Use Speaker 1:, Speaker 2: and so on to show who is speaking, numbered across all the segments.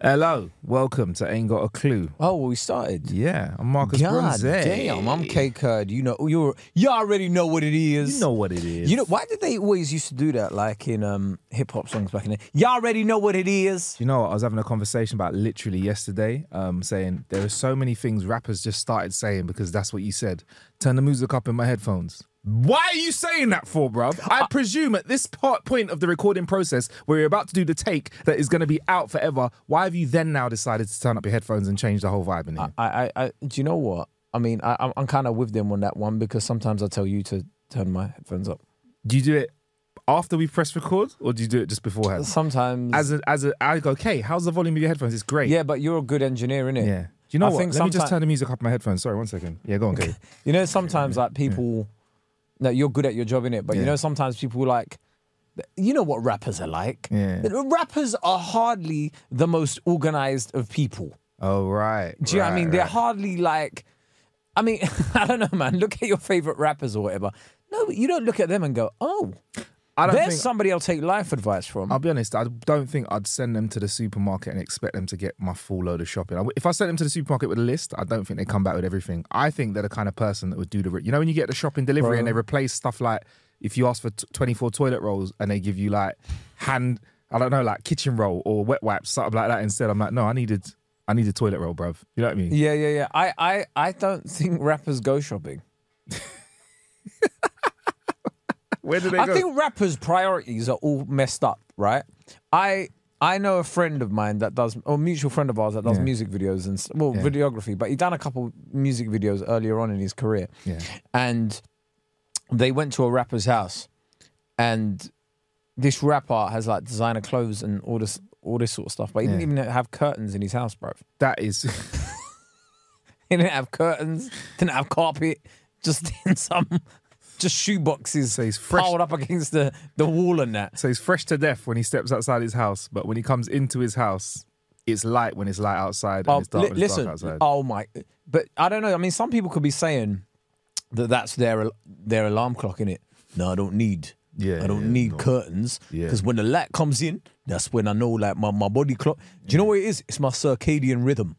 Speaker 1: Hello, welcome to Ain't Got a Clue.
Speaker 2: Oh, well, we started.
Speaker 1: Yeah, I'm Marcus
Speaker 2: God
Speaker 1: Brunzett.
Speaker 2: damn, I'm K Cud. You know, you you already know what it is.
Speaker 1: You know what it is.
Speaker 2: You know why did they always used to do that, like in um, hip hop songs back in the You already know what it is.
Speaker 1: Do you know what? I was having a conversation about literally yesterday, um, saying there are so many things rappers just started saying because that's what you said. Turn the music up in my headphones. Why are you saying that for, bruv? I presume at this part, point of the recording process where you're about to do the take that is going to be out forever, why have you then now decided to turn up your headphones and change the whole vibe in here?
Speaker 2: I, I, I do you know what? I mean, I, I'm, I'm kind of with them on that one because sometimes I tell you to turn my headphones up.
Speaker 1: do you do it after we press record or do you do it just beforehand?
Speaker 2: Sometimes,
Speaker 1: As a, as a, I go, okay, how's the volume of your headphones? It's great.
Speaker 2: yeah, but you're a good engineer, innit?
Speaker 1: Yeah. Do you know
Speaker 2: I
Speaker 1: what?
Speaker 2: think
Speaker 1: Let me just
Speaker 2: sometime-
Speaker 1: turn the music up in my headphones. Sorry, one second. Yeah, go on, Kate.
Speaker 2: You know, sometimes like people, no, you're good at your job in it, but you
Speaker 1: Yeah.
Speaker 2: know, sometimes people like, you know what rappers are like.
Speaker 1: Yeah.
Speaker 2: Rappers are hardly the most organized of people.
Speaker 1: oh, right.
Speaker 2: Do you know what I
Speaker 1: right,
Speaker 2: mean? They're
Speaker 1: right.
Speaker 2: hardly like, I mean, I don't know, man. Look at your favorite rappers or whatever. No, you don't look at them and go, oh,
Speaker 1: I don't
Speaker 2: there's
Speaker 1: think,
Speaker 2: somebody I'll take life advice from.
Speaker 1: I'll be honest, I don't think I'd send them to the supermarket and expect them to get my full load of shopping. I- If I sent them to the supermarket with a list, I don't think they come back with everything. I think they're the kind of person that would do the. Re- you know, when you get the shopping delivery and they replace stuff like if you ask for t- 24 toilet rolls and they give you like hand, I don't know, like kitchen roll or wet wipes, something like that instead. I'm like, no, I needed, I needed toilet roll, bruv. You know what I mean?
Speaker 2: yeah, yeah, yeah. I, I, I don't think rappers go shopping.
Speaker 1: Where do they
Speaker 2: I
Speaker 1: go?
Speaker 2: think rappers' priorities are all messed up, right? I I know a friend of mine that does, or a mutual friend of ours that does
Speaker 1: Yeah.
Speaker 2: music videos and s- well,
Speaker 1: Yeah.
Speaker 2: videography, but he done a couple music videos earlier on in his career,
Speaker 1: Yeah.
Speaker 2: and they went to a rapper's house, and this rapper has like designer clothes and all this all this sort of stuff, but he didn't
Speaker 1: Yeah.
Speaker 2: even have curtains in his house, bro.
Speaker 1: that is.
Speaker 2: He didn't have curtains, didn't have carpet, just in some. Just shoe boxes
Speaker 1: So he's fresh-
Speaker 2: piled up against the, the wall and that.
Speaker 1: So he's fresh to death when he steps outside his house, but when he comes into his house, it's light when it's light outside and it's dark
Speaker 2: li-
Speaker 1: when it's
Speaker 2: Oh, listen,
Speaker 1: dark outside.
Speaker 2: oh my! But I don't know. I mean, some people could be saying that that's their their alarm clock in it. No, I don't need.
Speaker 1: Yeah,
Speaker 2: I don't
Speaker 1: yeah,
Speaker 2: need
Speaker 1: no.
Speaker 2: curtains
Speaker 1: Yeah.
Speaker 2: because when the light comes in, that's when I know like my, my body clock. Do you know what it is? It's my circadian rhythm.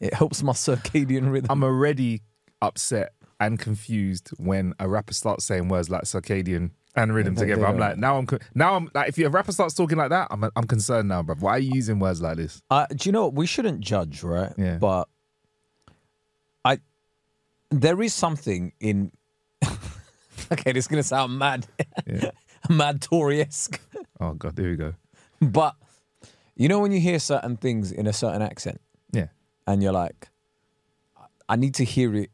Speaker 2: it helps my circadian rhythm.
Speaker 1: I'm already upset and confused when a rapper starts saying words like circadian and rhythm
Speaker 2: they-
Speaker 1: together.
Speaker 2: they
Speaker 1: I'm
Speaker 2: don't.
Speaker 1: like, now I'm co- now I'm like, if a rapper starts talking like that, I'm I'm concerned now, bro. Why are you using words like this?
Speaker 2: Uh, do you know what? we shouldn't judge, right?
Speaker 1: Yeah.
Speaker 2: But I, there is something in. okay, this is gonna sound mad,
Speaker 1: Yeah.
Speaker 2: mad Tory esque.
Speaker 1: Oh god, there we go.
Speaker 2: But you know when you hear certain things in a certain accent
Speaker 1: Yeah,
Speaker 2: and you're like, I need to hear it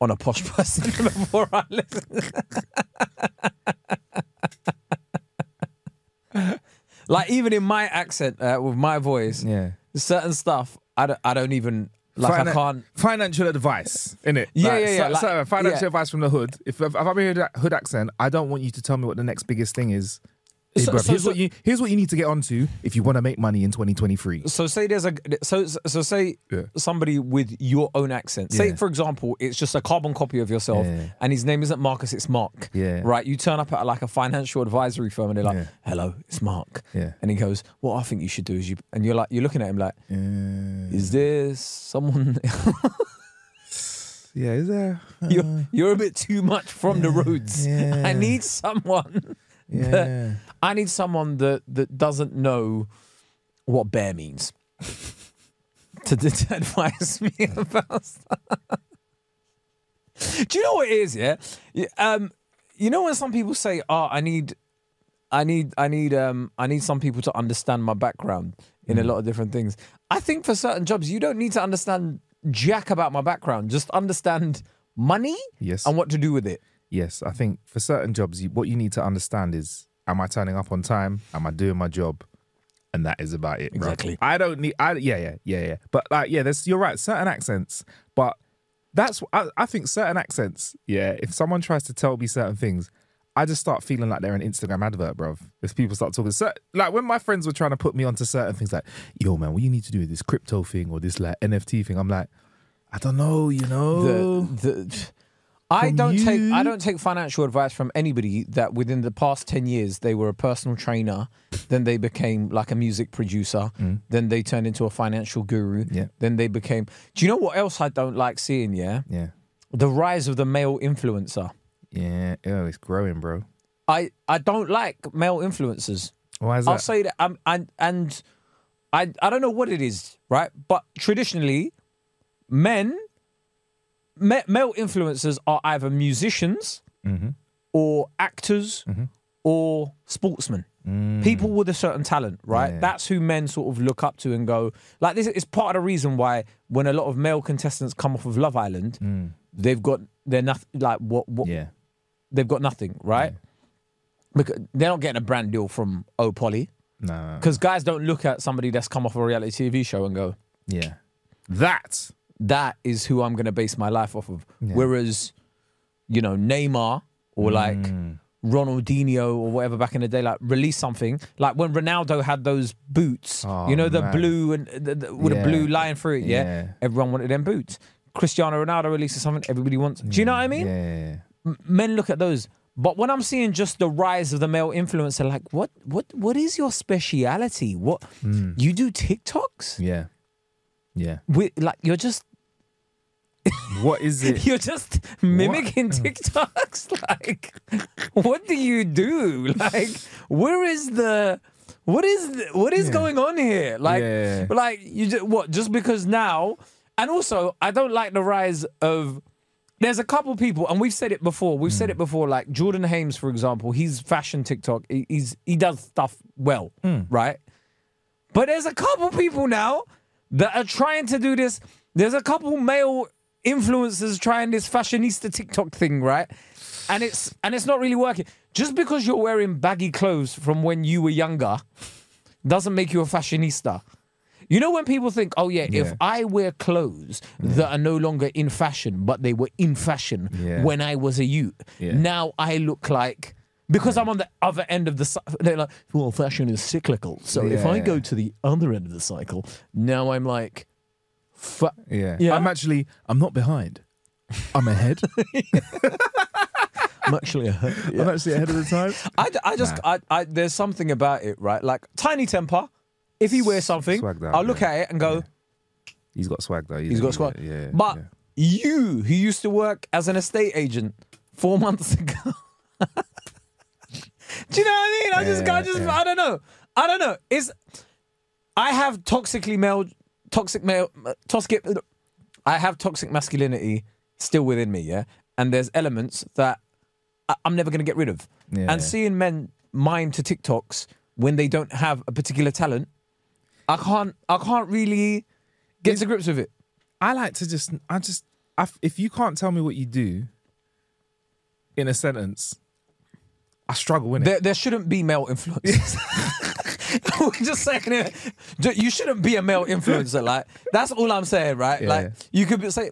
Speaker 2: on a posh person before I listen. like even in my accent, uh, with my voice,
Speaker 1: yeah.
Speaker 2: certain stuff I don't, I don't even like. I
Speaker 1: Finan-
Speaker 2: can't.
Speaker 1: Financial advice, innit?
Speaker 2: Yeah,
Speaker 1: Like,
Speaker 2: yeah, yeah,
Speaker 1: so-
Speaker 2: like-
Speaker 1: so financial
Speaker 2: yeah.
Speaker 1: advice from the hood. If, if I'm hearing that hood accent, I don't want you to tell me what the next biggest thing is. Hey,
Speaker 2: So-
Speaker 1: bruv,
Speaker 2: so-
Speaker 1: here's,
Speaker 2: so-
Speaker 1: what you, here's what you need to get onto if you want to make money in 2023.
Speaker 2: So say there's a so so say
Speaker 1: Yeah.
Speaker 2: somebody with your own accent. Say
Speaker 1: Yeah.
Speaker 2: for example, it's just a carbon copy of yourself,
Speaker 1: Yeah.
Speaker 2: and his name isn't Marcus, it's Mark.
Speaker 1: Yeah.
Speaker 2: Right. You turn up at like a financial advisory firm, and they're like,
Speaker 1: Yeah.
Speaker 2: "Hello, it's Mark."
Speaker 1: Yeah.
Speaker 2: And he goes, "What I think you should do is you," and you're like, you're looking at him like, "Is there someone?"
Speaker 1: Yeah, is there?
Speaker 2: you're, you're a bit too much from the roots.
Speaker 1: Uh, yeah.
Speaker 2: I need someone.
Speaker 1: Yeah.
Speaker 2: I need someone that that doesn't know what bear means to, d- to advise me about stuff. Do you know what it is? Yeah, Y- um, you know when some people say, "Oh, I need." I need, I need, um, I need some people to understand my background in
Speaker 1: Mm.
Speaker 2: a lot of different things. I think for certain jobs, you don't need to understand jack about my background. Just understand money
Speaker 1: Yes.
Speaker 2: and what to do with it.
Speaker 1: Yes, I think for certain jobs, you, what you need to understand is: Am I turning up on time? Am I doing my job? And that is about it. bruv.
Speaker 2: Exactly.
Speaker 1: I don't need. I yeah yeah yeah yeah. But like yeah, there's you're right. Certain accents, but that's I, I think certain accents. Yeah, if someone tries to tell me certain things. I just start feeling like they're an Instagram advert, bruv. If people start talking, cer like when my friends were trying to put me onto certain things, like, yo, man, what you need to do with this crypto thing or this like NFT thing, I'm like, I don't know, you know.
Speaker 2: the, the I
Speaker 1: Um, From
Speaker 2: don't take I
Speaker 1: you?
Speaker 2: don't take financial advice from anybody that within the past 10 years they were a personal trainer, then they became like a music producer, then they turned into a financial guru,
Speaker 1: Mm. Yeah.
Speaker 2: then they became Do you know what else I don't like seeing, yeah?
Speaker 1: yeah,
Speaker 2: The rise of the male influencer.
Speaker 1: yeah, yeah, it's growing, bro.
Speaker 2: I I don't like male influencers.
Speaker 1: Why is
Speaker 2: I'll
Speaker 1: that?
Speaker 2: say that um, and and I I don't know what it is, right? But traditionally, men, ma- male influencers are either musicians
Speaker 1: Mm-hmm.
Speaker 2: or actors or sportsmen.
Speaker 1: Mm.
Speaker 2: People with a certain talent, right? That's who men sort of look up to and go like. This is part of the reason why when a lot of male contestants come off of Love Island, they've got they're nothing like what what
Speaker 1: Mm. yeah,
Speaker 2: they've got nothing, right? Because they're not getting a brand deal from O Polly.
Speaker 1: no,
Speaker 2: Because guys don't look at somebody that's come off a reality TV show and go,
Speaker 1: yeah, that,
Speaker 2: that is who I'm going to base my life off of. Whereas, you know, Neymar or like
Speaker 1: Mm.
Speaker 2: Ronaldinho or whatever back in the day, like release something. Like when Ronaldo had those boots,
Speaker 1: Oh,
Speaker 2: you know, the
Speaker 1: man.
Speaker 2: blue and the, the, with
Speaker 1: Yeah.
Speaker 2: a blue line through it, yeah?
Speaker 1: Yeah.
Speaker 2: Everyone wanted them boots. Cristiano Ronaldo releases something, everybody wants. Do you know what I mean?
Speaker 1: yeah,
Speaker 2: M- Men look at those. But when I'm seeing just the rise of the male influencer, like what, what, what is your speciality? What you do TikToks?
Speaker 1: yeah, yeah.
Speaker 2: with like you're just
Speaker 1: What is it?
Speaker 2: you're just mimicking TikToks. Like, what do you do? Like, where is the what is the, what is going on here? Like,
Speaker 1: Yeah.
Speaker 2: like you just, what just because now? And also, I don't like the rise of. There's a couple people, and we've said it before. We've said it before. Like Jordan Hames, for example, he's fashion TikTok. He- He's he does stuff well, right? But there's a couple people now that are trying to do this. There's a couple male influencers trying this fashionista TikTok thing, right? And it's and it's not really working. Just because you're wearing baggy clothes from when you were younger doesn't make you a fashionista. You know when people think, "Oh yeah, if
Speaker 1: Yeah.
Speaker 2: I wear clothes that are no longer in fashion, but they were in fashion
Speaker 1: Yeah.
Speaker 2: when I was a youth,
Speaker 1: Yeah.
Speaker 2: now I look like." Because I'm on the other end of the, cy- they're like, well, fashion is cyclical, so so if I
Speaker 1: Yeah.
Speaker 2: go to the other end of the cycle, now I'm like, fu-
Speaker 1: Yeah.
Speaker 2: Yeah.
Speaker 1: I'm actually, I'm not behind. I'm ahead.
Speaker 2: I'm actually a.
Speaker 1: I'm actually ahead of the time.
Speaker 2: I, I just, I, I, there's something about it, right? Like, tiny temper, if he wears something,
Speaker 1: Swagged out,
Speaker 2: I'll look
Speaker 1: yeah.
Speaker 2: at it and go,
Speaker 1: He's got swag though.
Speaker 2: he's got squad.
Speaker 1: Yeah.
Speaker 2: but
Speaker 1: yeah.
Speaker 2: you, who used to work as an estate agent four months ago, do you know what I mean? I just,
Speaker 1: Yeah,
Speaker 2: I just,
Speaker 1: yeah.
Speaker 2: I don't know. I don't know. It's, I have toxically male, toxic male, uh, toxic, I have toxic masculinity still within me, yeah? And there's elements that I- I'm never going to get rid of.
Speaker 1: Yeah.
Speaker 2: And seeing men mime to TikToks when they don't have a particular talent, I can't, I can't really get to grips with it.
Speaker 1: I like to just, I just, I f if you can't tell me what you do in a sentence, I struggle with it.
Speaker 2: There, there shouldn't be male influencers. We're just saying it. Ju- You shouldn't be a male influencer. Like that's all I'm saying, right?
Speaker 1: Yeah,
Speaker 2: like you could be, say,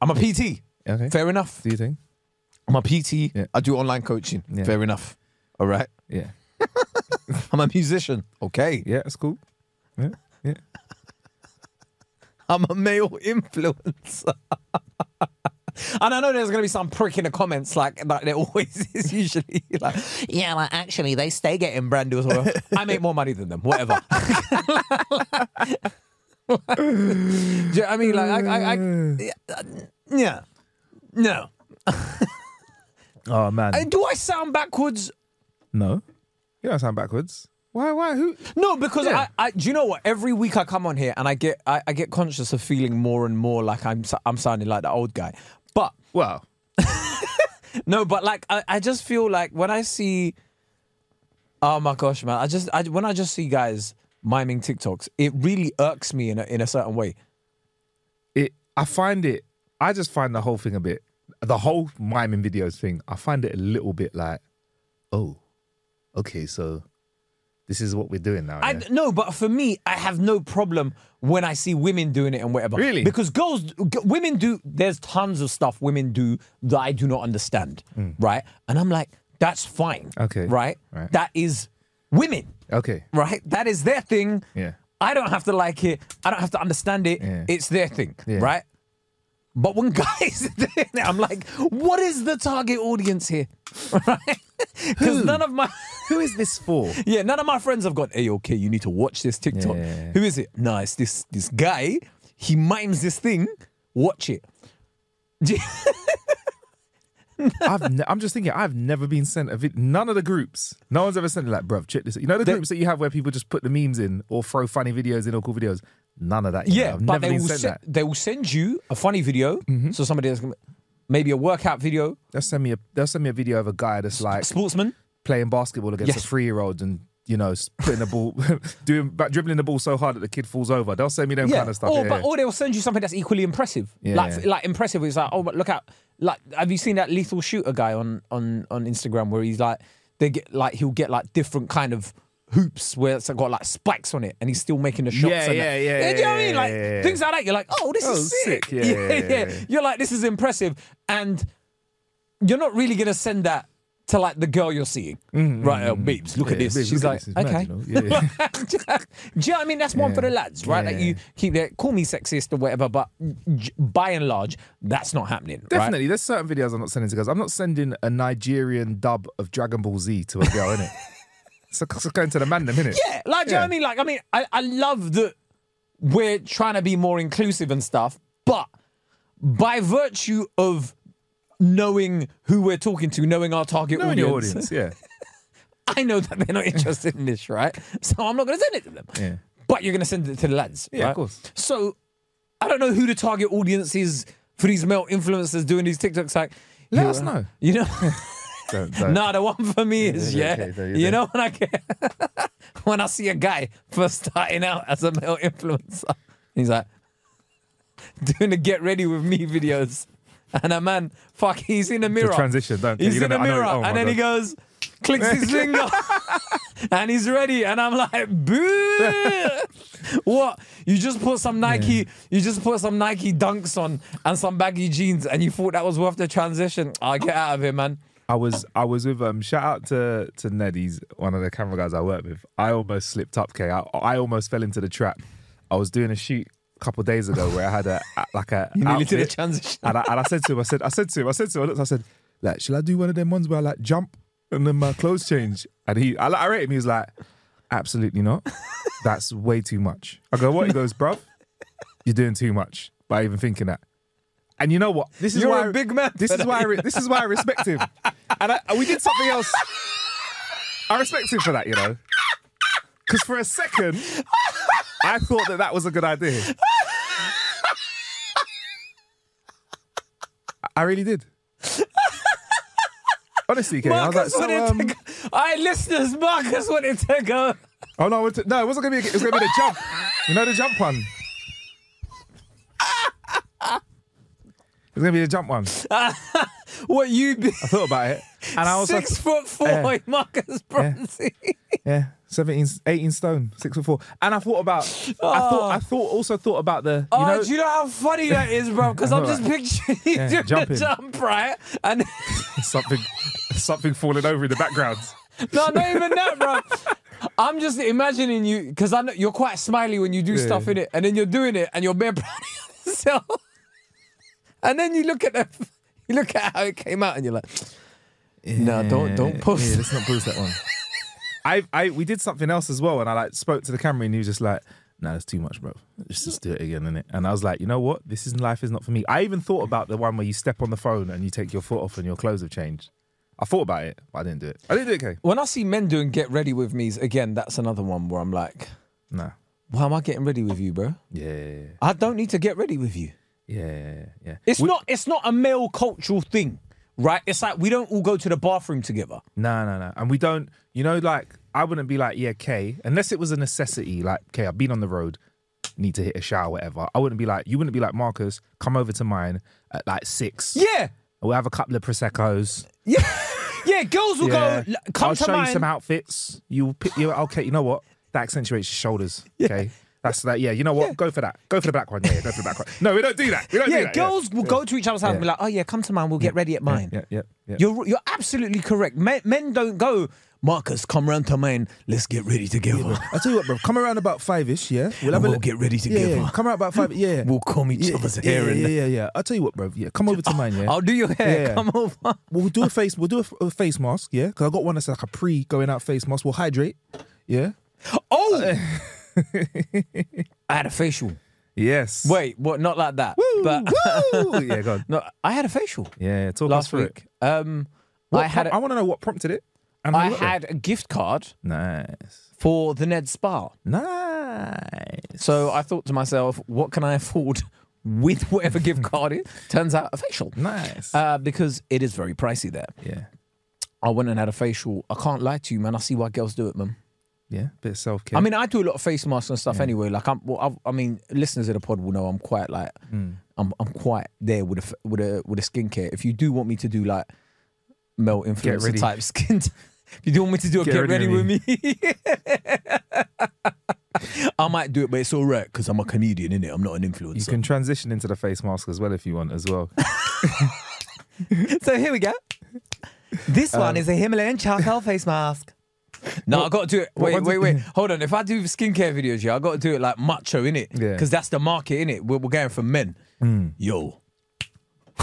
Speaker 2: I'm a PT.
Speaker 1: Okay.
Speaker 2: Fair enough.
Speaker 1: do you think?
Speaker 2: I'm a PT.
Speaker 1: Yeah.
Speaker 2: I do online coaching.
Speaker 1: Yeah.
Speaker 2: Fair enough. All right.
Speaker 1: Yeah.
Speaker 2: I'm a musician. Okay.
Speaker 1: Yeah, that's cool. Yeah. Yeah.
Speaker 2: I'm a male influencer. And I know there's going to be some prick in the comments, like, like there always is usually. Like, yeah, like, actually, they stay getting brand deals. Well, I make more money than them, whatever. Do you know what I mean? Like, I, I, I, yeah. No.
Speaker 1: Oh man.
Speaker 2: Uh, Do I sound backwards?
Speaker 1: no. You don't sound backwards. Why? Why? Who?
Speaker 2: No, because
Speaker 1: Yeah.
Speaker 2: I, I, do you know what? Every week I come on here and I get, I, I get conscious of feeling more and more like I'm, s- I'm sounding like the old guy. But
Speaker 1: Well,
Speaker 2: no, but like I, I just feel like when I see, oh my gosh, man, I just, I, when I just see guys miming TikToks, it really irks me in a, in a certain way.
Speaker 1: it. I find it. I just find the whole thing a bit. The whole miming videos thing. I find it a little bit like, oh, okay, so this is what we're doing now.
Speaker 2: I
Speaker 1: yeah?
Speaker 2: no, but for me, I have no problem when I see women doing it and whatever.
Speaker 1: Really?
Speaker 2: Because girls, g- women do. There's tons of stuff women do that I do not understand, right? And I'm like, that's fine.
Speaker 1: Hmm. Okay.
Speaker 2: Right.
Speaker 1: Right.
Speaker 2: That is women,
Speaker 1: okay.
Speaker 2: right? That is their thing.
Speaker 1: Yeah.
Speaker 2: I don't have to like it. I don't have to understand it.
Speaker 1: Yeah.
Speaker 2: It's their thing,
Speaker 1: Yeah.
Speaker 2: right? But when guys, are doing it, I'm like, what is the target audience here? Right? Because none of my
Speaker 1: Who is this for?
Speaker 2: yeah, none of my friends have gone, hey, okay, you need to watch this TikTok.
Speaker 1: Yeah.
Speaker 2: Who is it? Nah, it's this this guy. He mimes this thing. Watch it.
Speaker 1: I've ne- I'm just thinking. I've never been sent a vid- none of the groups. No one's ever sent it like, bruv, check this. out." You know the
Speaker 2: They-
Speaker 1: groups that you have where people just put the memes in or throw funny videos in or cool videos. None of that. you
Speaker 2: Yeah,
Speaker 1: know. I've
Speaker 2: but
Speaker 1: never
Speaker 2: they will,
Speaker 1: been sent
Speaker 2: sen-
Speaker 1: that. Mm-hmm.
Speaker 2: they will send you a funny video. So somebody that's gonna, maybe a workout video,
Speaker 1: They'll send me a they'll send me a video of a guy that's like
Speaker 2: sportsman.
Speaker 1: playing basketball against
Speaker 2: Yes.
Speaker 1: a three year old and you know s- putting the ball doing but dribbling the ball so hard that the kid falls over. They'll send me them
Speaker 2: Yeah,
Speaker 1: kind of stuff.
Speaker 2: or,
Speaker 1: yeah,
Speaker 2: but,
Speaker 1: yeah.
Speaker 2: or they'll send you something that's equally impressive.
Speaker 1: Yeah,
Speaker 2: like
Speaker 1: yeah.
Speaker 2: like impressive. It's like, oh, but look out! Like, have you seen that lethal shooter guy on on on Instagram where he's like, they get like he'll get like different kind of hoops where it's got like spikes on it, and he's still making the shots.
Speaker 1: Yeah,
Speaker 2: and
Speaker 1: yeah,
Speaker 2: that.
Speaker 1: yeah,
Speaker 2: Do you know what I
Speaker 1: yeah,
Speaker 2: mean? Like
Speaker 1: yeah, yeah.
Speaker 2: things like that. You're like, oh, this
Speaker 1: Oh,
Speaker 2: is sick.
Speaker 1: sick. Yeah, yeah, yeah, yeah.
Speaker 2: You're like, this is impressive, and you're not really gonna send that. To like the girl you're seeing, right? Oh, babes, look at
Speaker 1: Mm-hmm. Yeah,
Speaker 2: this.
Speaker 1: babe,
Speaker 2: She's
Speaker 1: look
Speaker 2: like,
Speaker 1: at this, it's mad,
Speaker 2: okay,
Speaker 1: you know? Yeah.
Speaker 2: do you know what I mean? That's one for the lads, right? Like
Speaker 1: Yeah.
Speaker 2: you keep that, call me sexist or whatever, but j- by and large, that's not happening. right?
Speaker 1: Definitely, there's certain videos I'm not sending to girls. I'm not sending a Nigerian dub of Dragon Ball Z to a girl, innit? So it's going to the man, them, innit?
Speaker 2: Yeah, like, do you know what I mean? Like, I mean, I, I love that we're trying to be more inclusive and stuff, but by virtue of knowing who we're talking to, knowing our target
Speaker 1: Knowing
Speaker 2: audience,
Speaker 1: your audience, yeah.
Speaker 2: I know that they're not interested in this, right? So I'm not going to send it to them.
Speaker 1: Yeah.
Speaker 2: But you're going to send it to the lads.
Speaker 1: Yeah, of
Speaker 2: right?
Speaker 1: course.
Speaker 2: So I don't know who the target audience is for these male influencers doing these TikToks. Like,
Speaker 1: Let
Speaker 2: you-
Speaker 1: us know.
Speaker 2: You know,
Speaker 1: Don't, don't.
Speaker 2: nah, the one for me is
Speaker 1: yeah,
Speaker 2: yeah.
Speaker 1: okay, there you
Speaker 2: you
Speaker 1: go.
Speaker 2: know when I get, when I see a guy first starting out as a male influencer, he's like doing the get ready with me videos, and a man, fuck, he's in the mirror.
Speaker 1: transition, don't-
Speaker 2: he's
Speaker 1: you're
Speaker 2: in the
Speaker 1: gonna- I know-
Speaker 2: mirror,
Speaker 1: oh my
Speaker 2: and then he goes, clicks his finger, and he's ready, and I'm like, boo. What you just put some Nike, you just put some Nike dunks on and some baggy jeans, and you thought that was worth the transition? I get out of here, man.
Speaker 1: I was I was with um shout out to to Ned, he's one of the camera guys I work with. I almost slipped up, K. I, I almost fell into the trap. I was doing a shoot a couple of days ago where I had a like a
Speaker 2: You nearly did a
Speaker 1: outfit,
Speaker 2: transition.
Speaker 1: and I, and I said to him, I said, I said to him, I said to him, I, looked, I said, like, shall I do one of them ones where I like jump and then my clothes change? And he, I, I rate him. He was like, absolutely not. That's way too much. I go, what? He goes, bruv, you're doing too much by even thinking that. And you know what? This is
Speaker 2: You're
Speaker 1: why
Speaker 2: a
Speaker 1: I-
Speaker 2: big man
Speaker 1: This
Speaker 2: for
Speaker 1: is why I re- this is why I respect him. And I, we did something else. I respect him for that, you know, because for a second, I thought that that was a good idea. I really did. Honestly, Kay, I was like,
Speaker 2: Marcus
Speaker 1: so,
Speaker 2: wanted to
Speaker 1: um,
Speaker 2: go. All right, listeners, Marcus wanted to go.
Speaker 1: oh no, it was- no, it wasn't gonna be. A, it was gonna be the jump. You know the jump one. It's gonna be the jump one. I
Speaker 2: What you be?
Speaker 1: thought about it, and I also
Speaker 2: Six foot four,
Speaker 1: Yeah.
Speaker 2: Marcus Bronzy.
Speaker 1: yeah, 17, 18 stone, six foot four, and I thought about. I thought. I thought. Also thought about the. You
Speaker 2: oh,
Speaker 1: know,
Speaker 2: do you know how funny that is, bro? Because I'm just picturing you
Speaker 1: Yeah,
Speaker 2: doing the
Speaker 1: jumping.
Speaker 2: jump, right? And
Speaker 1: something, something falling over in the background.
Speaker 2: No, not even that, bro. I'm just imagining you because I know you're quite smiley when you do stuff in it, and then you're doing it, and you're bare proud of yourself, and then you look at the, you look at how it came out, and you're like, no, don't don't post.
Speaker 1: Yeah, let's not post that one. I, I, we did something else as well, and I like spoke to the camera, and he was just like, "No, nah, that's too much, bro. Let's just do it again, innit?" And I was like, "You know what? This is life is not for me." I even thought about the one where you step on the phone and you take your foot off, and your clothes have changed. I thought about it, but I didn't do it. I didn't do it, okay?
Speaker 2: When I see men doing get ready with me's again, that's another one where I'm like,
Speaker 1: No.
Speaker 2: why am I getting ready with you, bro?
Speaker 1: Yeah,
Speaker 2: I don't need to get ready with you.
Speaker 1: yeah, yeah.
Speaker 2: It's not it's not a male cultural thing, right? It's like we don't all go to the bathroom together.
Speaker 1: No, no, no. And we don't, you know, like, I wouldn't be like, yeah, Kay, unless it was a necessity, like, Kay, I've been on the road, need to hit a shower, whatever. I wouldn't be like, you wouldn't be like, Marcus, come over to mine at like six.
Speaker 2: Yeah.
Speaker 1: We'll have a couple of Prosecco's.
Speaker 2: Yeah. Yeah, girls will
Speaker 1: Yeah.
Speaker 2: go "L- come
Speaker 1: I'll
Speaker 2: to
Speaker 1: show
Speaker 2: mine.
Speaker 1: you some outfits. You'll pick you okay, you know what? That accentuates your shoulders. Okay. That's that, yeah, you know what? Go for that. Go for the black one. Yeah, yeah, go for the black one. No, we don't do that. We don't
Speaker 2: yeah,
Speaker 1: do that.
Speaker 2: girls will go to each other's house and be
Speaker 1: Yeah.
Speaker 2: like, "Oh yeah, come to mine. We'll get ready at mine."
Speaker 1: Yeah, yeah, yeah.
Speaker 2: You're you're absolutely correct. Men, men don't go, Marcus, come round to mine. Let's get ready together.
Speaker 1: I tell you what, bro. Come around about five ish, yeah. We'll
Speaker 2: And we'll get ready
Speaker 1: yeah,
Speaker 2: together.
Speaker 1: yeah, Come around about five. Yeah,
Speaker 2: We'll comb each
Speaker 1: yeah,
Speaker 2: other's
Speaker 1: yeah,
Speaker 2: hair
Speaker 1: Yeah,
Speaker 2: and-
Speaker 1: yeah, yeah, yeah. I'll tell you what, bro. Yeah, come over to mine. Yeah,
Speaker 2: I'll do your hair.
Speaker 1: Yeah.
Speaker 2: Come over.
Speaker 1: we'll do a face. We'll do a, f- a face mask. Yeah, because I got one that's like a pre going out face mask. We'll hydrate. Yeah.
Speaker 2: Oh, I had a facial.
Speaker 1: Yes.
Speaker 2: Wait, what? Not like that.
Speaker 1: Woo,
Speaker 2: but
Speaker 1: woo. Yeah, go on.
Speaker 2: no, I had a facial
Speaker 1: Yeah, yeah, talk us
Speaker 2: last
Speaker 1: through
Speaker 2: week.
Speaker 1: It.
Speaker 2: Um,
Speaker 1: What
Speaker 2: I had
Speaker 1: prom-
Speaker 2: a,
Speaker 1: I want to know what prompted it. And how
Speaker 2: I
Speaker 1: you got there.
Speaker 2: had a gift card
Speaker 1: nice,
Speaker 2: for the Ned Spa.
Speaker 1: nice.
Speaker 2: So I thought to myself, what can I afford with whatever gift card is? Turns out a facial.
Speaker 1: Nice.
Speaker 2: Uh, because it is very pricey there.
Speaker 1: yeah,
Speaker 2: I went and had a facial. I can't lie to you, man. I see why girls do it, man.
Speaker 1: yeah. Bit of self care.
Speaker 2: I mean, I do a lot of face masks and stuff anyway. Like, I'm, well, I've, I mean, listeners of the pod will know I'm quite like, I'm, I'm quite there with a f- with a with a skincare. If you do want me to do like male influencer
Speaker 1: ready.
Speaker 2: type skin, t- if you do want me to do a get,
Speaker 1: Get
Speaker 2: ready,
Speaker 1: ready
Speaker 2: with me, I might do it, but it's all right because I'm a comedian, innit? I'm not an influencer.
Speaker 1: you can transition into the face mask as well if you want as well.
Speaker 2: So here we go. This one is a Himalayan charcoal face mask. Um, No, I got to do it. Wait,
Speaker 1: what-
Speaker 2: wait, wait. Hold on. If I do skincare videos, yeah, I got to do it like macho, innit?
Speaker 1: Yeah.
Speaker 2: Because that's the market, innit? We're, we're going for men. Yo.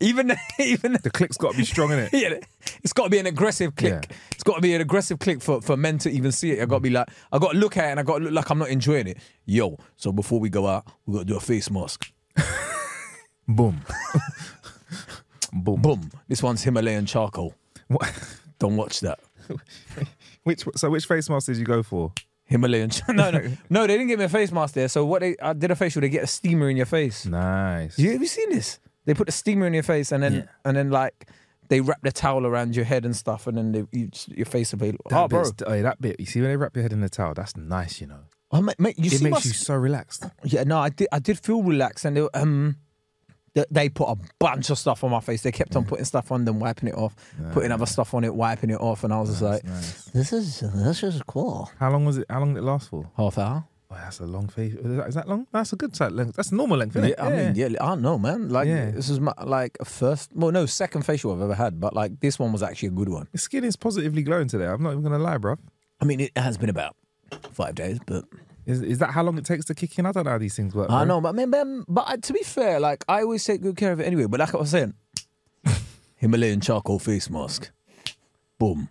Speaker 2: even, even,
Speaker 1: The click's got to be strong in it.
Speaker 2: yeah, it's got to be an aggressive click.
Speaker 1: Yeah.
Speaker 2: It's got to be an aggressive click for, for men to even see it. I got to be like, I got to look at it and I got to look like I'm not enjoying it. Yo. So before we go out, we got to do a face mask.
Speaker 1: Boom. Boom.
Speaker 2: Boom. This one's Himalayan charcoal.
Speaker 1: What,
Speaker 2: Don't watch that.
Speaker 1: which so which face mask did you go for?
Speaker 2: Himalayan. ch- No, no, no. They didn't give me a face mask there. So what they I did a facial. They get a steamer in your face.
Speaker 1: Hmm. Nice.
Speaker 2: You have you seen this? They put a steamer in your face and then and then like they wrap the towel around your head and stuff, and then they, you, just- your face will be.
Speaker 1: That
Speaker 2: Oh, bro.
Speaker 1: bit's- oh, yeah, that bit. You see when they wrap your head in the towel, that's nice. You know,
Speaker 2: Oh, mate, mate, you
Speaker 1: it
Speaker 2: see
Speaker 1: makes
Speaker 2: my
Speaker 1: you
Speaker 2: s-
Speaker 1: so relaxed.
Speaker 2: Yeah, no, I did. I did feel relaxed, and they, um, they, they put a bunch of stuff on my face. They kept on putting stuff on them, wiping it off, putting other stuff on it, wiping it off, and I was just like, "This is this is cool."
Speaker 1: How long was it? How long did it last for?
Speaker 2: Half hour.
Speaker 1: Oh, that's a long face. Is that- is that long? That's a good side length. That's a normal length, isn't
Speaker 2: Yeah,
Speaker 1: it?
Speaker 2: I mean, yeah, I don't know, man. Like
Speaker 1: Yeah.
Speaker 2: this is my like first, well, no, second facial I've ever had, but like this one was actually a good one.
Speaker 1: Your skin is positively glowing today. I'm not even gonna lie, bruv.
Speaker 2: I mean, it has been about five days, but
Speaker 1: Is, is that how long it takes to kick in? I don't know how these things work.
Speaker 2: I
Speaker 1: bruv.
Speaker 2: know, but I mean, man, but I- to be fair, like I always take good care of it anyway. But like I was saying, Himalayan charcoal face mask, boom,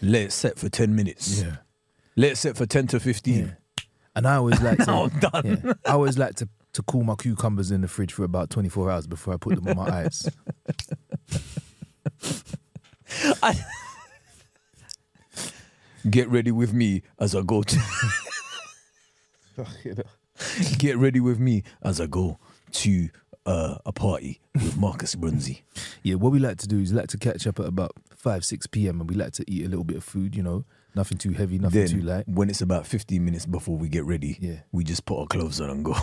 Speaker 2: let it set for ten minutes.
Speaker 1: Yeah.
Speaker 2: Let it set for ten to fifteen.
Speaker 1: And I always like to,
Speaker 2: Now I'm done.
Speaker 1: yeah, I always like to to cool my cucumbers in the fridge for about 24 hours before I put them on my eyes.
Speaker 2: I- Get ready with me as I go. To- Get ready with me as I go to uh, a party with Marcus Brunzi.
Speaker 1: Yeah, what we like to do is like to catch up at about 5, 6 p.m. and we like to eat a little bit of food, you know, nothing too heavy, nothing too
Speaker 2: Then,
Speaker 1: light.
Speaker 2: when it's about 15 minutes before we get ready,
Speaker 1: Yeah.
Speaker 2: we just put our clothes on and go.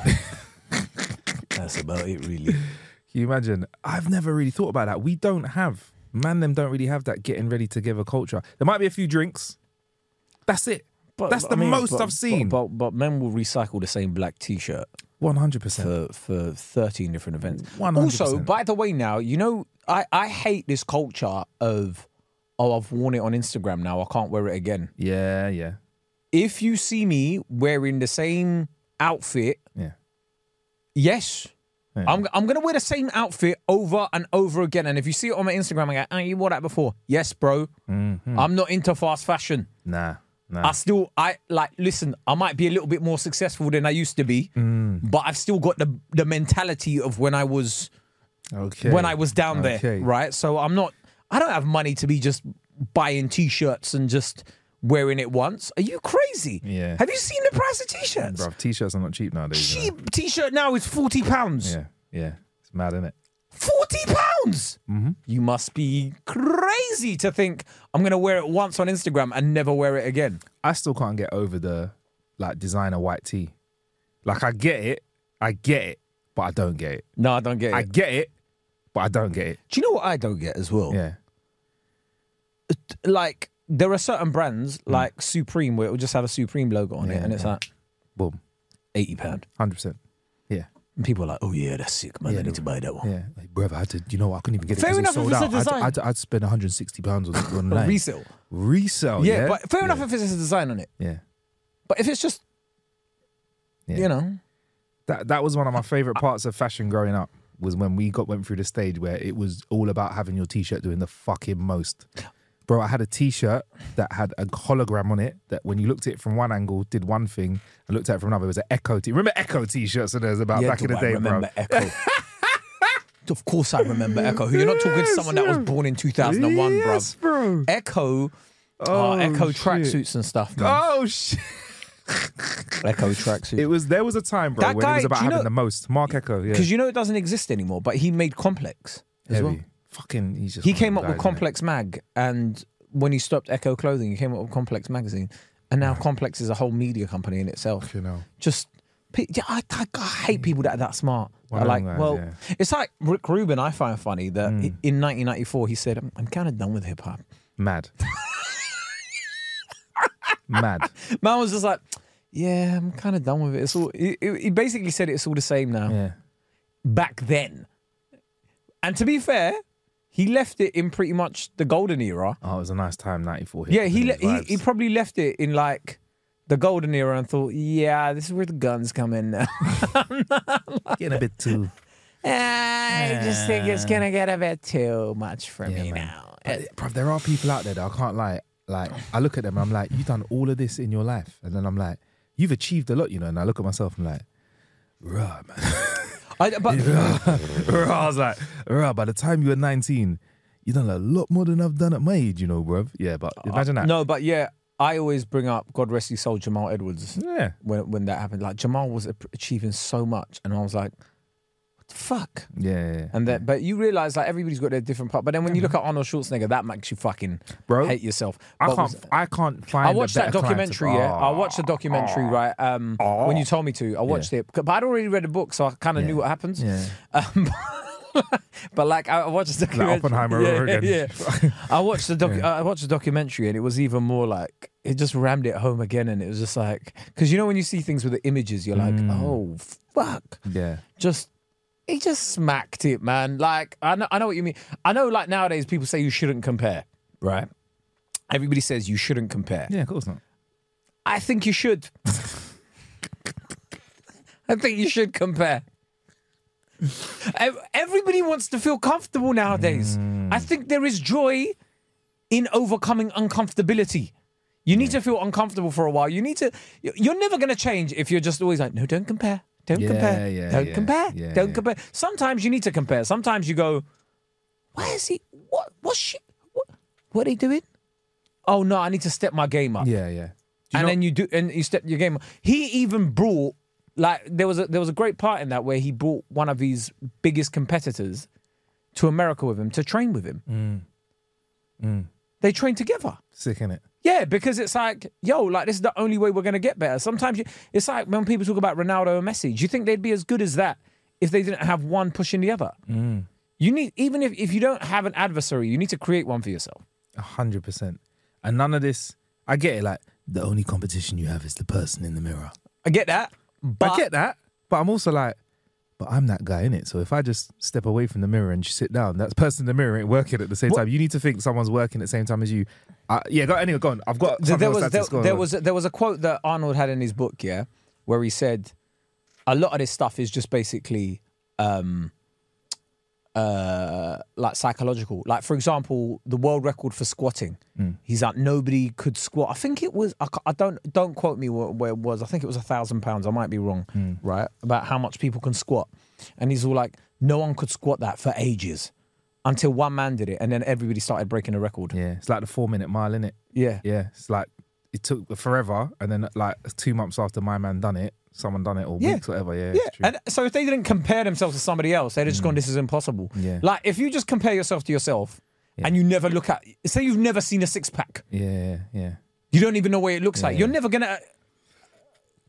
Speaker 2: That's about it, really.
Speaker 1: Can you imagine? I've never really thought about that. We don't have, man, them don't really have that getting ready together culture. There might be a few drinks. That's it. That's the most I've seen.
Speaker 2: But, but, men will recycle the same black T-shirt
Speaker 1: 100%.
Speaker 2: for, for 13 different events.
Speaker 1: 100%.
Speaker 2: Also, by the way, now you know I, I hate this culture of oh I've worn it on Instagram now I can't wear it again.
Speaker 1: Yeah, yeah,
Speaker 2: If you see me wearing the same outfit,
Speaker 1: yeah.
Speaker 2: yes. I'm, I'm gonna wear the same outfit over and over again, and if you see it on my Instagram, I go, "Oh, you wore that before." Yes, bro. I'm not into fast fashion.
Speaker 1: Nah, nah.
Speaker 2: I still, I like. Listen, I might be a little bit more successful than I used to be, but I've still got the the mentality of when I was
Speaker 1: okay.
Speaker 2: when I was down there,
Speaker 1: Okay.
Speaker 2: right? So I'm not. I don't have money to be just buying t-shirts and just wearing it once. Are you crazy?
Speaker 1: Yeah.
Speaker 2: Have you seen the price of t-shirts?
Speaker 1: Bruv, t-shirts are not cheap nowadays. you know?
Speaker 2: Cheap t-shirt now is forty pounds.
Speaker 1: Yeah, yeah. It's mad, isn't it?
Speaker 2: Forty pounds.
Speaker 1: Mm-hmm.
Speaker 2: You must be crazy to think I'm gonna wear it once on Instagram and never wear it again.
Speaker 1: I still can't get over the like designer white tee. Like I get it, I get it, but I don't get it.
Speaker 2: No, I don't get it.
Speaker 1: I get it, but I don't get it.
Speaker 2: Do you know what I don't get as well?
Speaker 1: Yeah,
Speaker 2: Like there are certain brands like Supreme where it will just have a Supreme logo on it,
Speaker 1: Mm. Yeah,
Speaker 2: and it's
Speaker 1: yeah.
Speaker 2: like
Speaker 1: boom,
Speaker 2: eighty pound.
Speaker 1: hundred percent. Yeah,
Speaker 2: And people are like, "Oh yeah, that's sick, man. I need to buy that one."
Speaker 1: yeah. Like, brother, I had to. You know, what? I couldn't even get it.
Speaker 2: Fair
Speaker 1: 'cause
Speaker 2: enough if
Speaker 1: It was
Speaker 2: it's a
Speaker 1: sold out.
Speaker 2: design.
Speaker 1: I'd, I'd, I'd spend 160 pounds on online.
Speaker 2: Resale.
Speaker 1: Resell.
Speaker 2: yeah,
Speaker 1: Oh, Yeah,
Speaker 2: but fair enough
Speaker 1: Yeah.
Speaker 2: if it's a design on it.
Speaker 1: yeah.
Speaker 2: But if it's just,
Speaker 1: Yeah.
Speaker 2: you know,
Speaker 1: That that was one of my favorite parts of fashion growing up. Was when we got went through the stage where it was all about having your t-shirt doing the fucking most. Bro, I had a t-shirt that had a hologram on it that when you looked at it from one angle did one thing and looked at it from another it was an Echo t. Remember Echo t-shirts that there was about
Speaker 2: yeah,
Speaker 1: Uh, back in
Speaker 2: do
Speaker 1: the
Speaker 2: I
Speaker 1: day, bro.
Speaker 2: remember Echo. of course, I remember Echo. You're not talking to
Speaker 1: Yes,
Speaker 2: someone that was
Speaker 1: bro.
Speaker 2: born in 2001,
Speaker 1: yes,
Speaker 2: bruv.
Speaker 1: bro.
Speaker 2: Echo.
Speaker 1: Oh,
Speaker 2: Oh, Echo
Speaker 1: shit.
Speaker 2: tracksuits and stuff, man.
Speaker 1: Oh shit.
Speaker 2: Echo tracksuits.
Speaker 1: Oh. It was there was a time, bro,
Speaker 2: That
Speaker 1: when it was
Speaker 2: guy-
Speaker 1: about
Speaker 2: do you
Speaker 1: having
Speaker 2: know-
Speaker 1: the most. Mark Echo, yeah.
Speaker 2: Because you know it doesn't exist anymore, but he made Complex as
Speaker 1: Heavy.
Speaker 2: well.
Speaker 1: Fucking he's just
Speaker 2: He
Speaker 1: one of
Speaker 2: came
Speaker 1: them
Speaker 2: up with
Speaker 1: guys, innit?
Speaker 2: Complex Mag, and when he stopped Echo Clothing, he came up with Complex Magazine. And now Complex is a whole media company in itself.
Speaker 1: You know.
Speaker 2: Just, pe- yeah, I, I, I hate people that are that smart.
Speaker 1: One
Speaker 2: I
Speaker 1: of
Speaker 2: like,
Speaker 1: them guys,
Speaker 2: well,
Speaker 1: yeah. Mm.
Speaker 2: it's like Rick Rubin, I find funny that i- in 1994, he said, I'm, I'm kind of done with hip hop.
Speaker 1: Mad. Mad.
Speaker 2: Man was just like, yeah, I'm kind of done with it. It's all, he, he he basically said it's all the same now.
Speaker 1: Yeah.
Speaker 2: back then. And to be fair, he left it in pretty much the golden era.
Speaker 1: Oh, it was a nice time, 94.
Speaker 2: Yeah, he, le-
Speaker 1: let
Speaker 2: he he probably left it in like the golden era and thought, yeah, this is where the guns come in now.
Speaker 1: getting a bit too.
Speaker 2: I just think it's gonna get a bit too much for
Speaker 1: Yeah,
Speaker 2: me
Speaker 1: man.
Speaker 2: now.
Speaker 1: But, bruv, there are people out there that I can't like, like, I look at them and I'm like, you've done all of this in your life. And then I'm like, you've achieved a lot, you know. And I look at myself and I'm like, Ruh, man.
Speaker 2: I, but
Speaker 1: Ruh. I was like, Ruh, by the time you were 19, you done a lot more than I've done at my age, you know, bruv. Yeah, but imagine that.
Speaker 2: Uh, no, but yeah, I always bring up God rest his soul, Jamal Edwards.
Speaker 1: Yeah.
Speaker 2: When when that happened, like Jamal was a- achieving so much, and I was like, what the fuck?
Speaker 1: Yeah. yeah.
Speaker 2: And that, but you realize like everybody's got their different part. But then when you look at Arnold Schwarzenegger, that makes you fucking
Speaker 1: Bro,
Speaker 2: hate yourself.
Speaker 1: I
Speaker 2: What
Speaker 1: can't,
Speaker 2: was-
Speaker 1: I can't find
Speaker 2: I
Speaker 1: a
Speaker 2: watched that
Speaker 1: better client to-
Speaker 2: documentary. Yeah, I
Speaker 1: Oh.
Speaker 2: watched the documentary. Right, um, when you told me to, I watched it. But I'd already read the book, so I kind of knew what happens.
Speaker 1: Yeah.
Speaker 2: Um, but like, I watched the documentary.
Speaker 1: Oppenheimer
Speaker 2: yeah,
Speaker 1: over
Speaker 2: yeah,
Speaker 1: again.
Speaker 2: Yeah, I watched the doc- I watched the documentary, and it was even more like it just rammed it home again. And it was just like because you know when you see things with the images, you're like,
Speaker 1: Mm.
Speaker 2: oh fuck
Speaker 1: Yeah.
Speaker 2: just he just smacked it, man. Like I know, I know what you mean. I know, like nowadays people say you shouldn't compare, right? Everybody says you shouldn't compare.
Speaker 1: Yeah, of course not.
Speaker 2: I think you should. I think you should compare. Ev- Everybody wants to feel comfortable nowadays. I
Speaker 1: Mm.
Speaker 2: think there is joy in overcoming uncomfortability. You need to feel uncomfortable for a while. You need to. you- You're never going to change if you're just always like, no, don't compare, don't
Speaker 1: Yeah,
Speaker 2: compare,
Speaker 1: yeah,
Speaker 2: don't
Speaker 1: yeah,
Speaker 2: compare,
Speaker 1: yeah,
Speaker 2: don't
Speaker 1: yeah.
Speaker 2: compare. Sometimes you need to compare. Sometimes you go, where is he? What? What's she? What? What are they doing? Oh no, I need to step my game up
Speaker 1: Yeah, yeah.
Speaker 2: and then you do and you step your game. He even brought like there was a there was a great part in that where he brought one of his biggest competitors to America with him to train with him.
Speaker 1: Mm.
Speaker 2: They train together.
Speaker 1: Sick, innit?
Speaker 2: Yeah, because it's like, yo, like this is the only way we're gonna get better. Sometimes you, it's like when people talk about Ronaldo and Messi. Do you think they'd be as good as that if they didn't have one pushing the other?
Speaker 1: Mm.
Speaker 2: You need even if, if you don't have an adversary, you need to create one for yourself.
Speaker 1: A hundred percent. And none of this. I get it. Like the only competition you have is the person in the mirror.
Speaker 2: I get that, but
Speaker 1: I get that, but I'm also like, but I'm that guy in it. So if I just step away from the mirror and just sit down, that person in the mirror ain't working at the same time. You need to think someone's working at the same time as you. Uh, yeah. Go anyway. Go on. I've got.
Speaker 2: Th-
Speaker 1: something
Speaker 2: there
Speaker 1: else
Speaker 2: was
Speaker 1: that's
Speaker 2: there,
Speaker 1: discovered.
Speaker 2: there was there was a quote that Arnold had in his book, yeah, where he said, "A lot of this stuff is just basically, um, uh, like psychological. Like for example, the world record for squatting.
Speaker 1: Hmm.
Speaker 2: He's like nobody could squat. I think it was. I, ca- I don't don't quote me where, where it was. I think it was a thousand pounds. I might be wrong,
Speaker 1: Hmm.
Speaker 2: right? About how much people can squat, and he's all like, no one could squat that for ages. until one man did it, and then everybody started breaking the record.
Speaker 1: Yeah, it's like the four minute mile, innit?
Speaker 2: Yeah.
Speaker 1: Yeah, it's like it took forever, and then like two months after my man done it, someone done it, or
Speaker 2: Yeah.
Speaker 1: weeks, or whatever.
Speaker 2: Yeah,
Speaker 1: Yeah, it's true. Mm.
Speaker 2: and so if they didn't compare themselves to somebody else, they'd have just gone, "This is impossible."
Speaker 1: Yeah.
Speaker 2: Like if you just compare yourself to yourself, and you never look at, say you've never seen a six pack,
Speaker 1: yeah, yeah,
Speaker 2: you don't even know what it looks like. You're never gonna uh,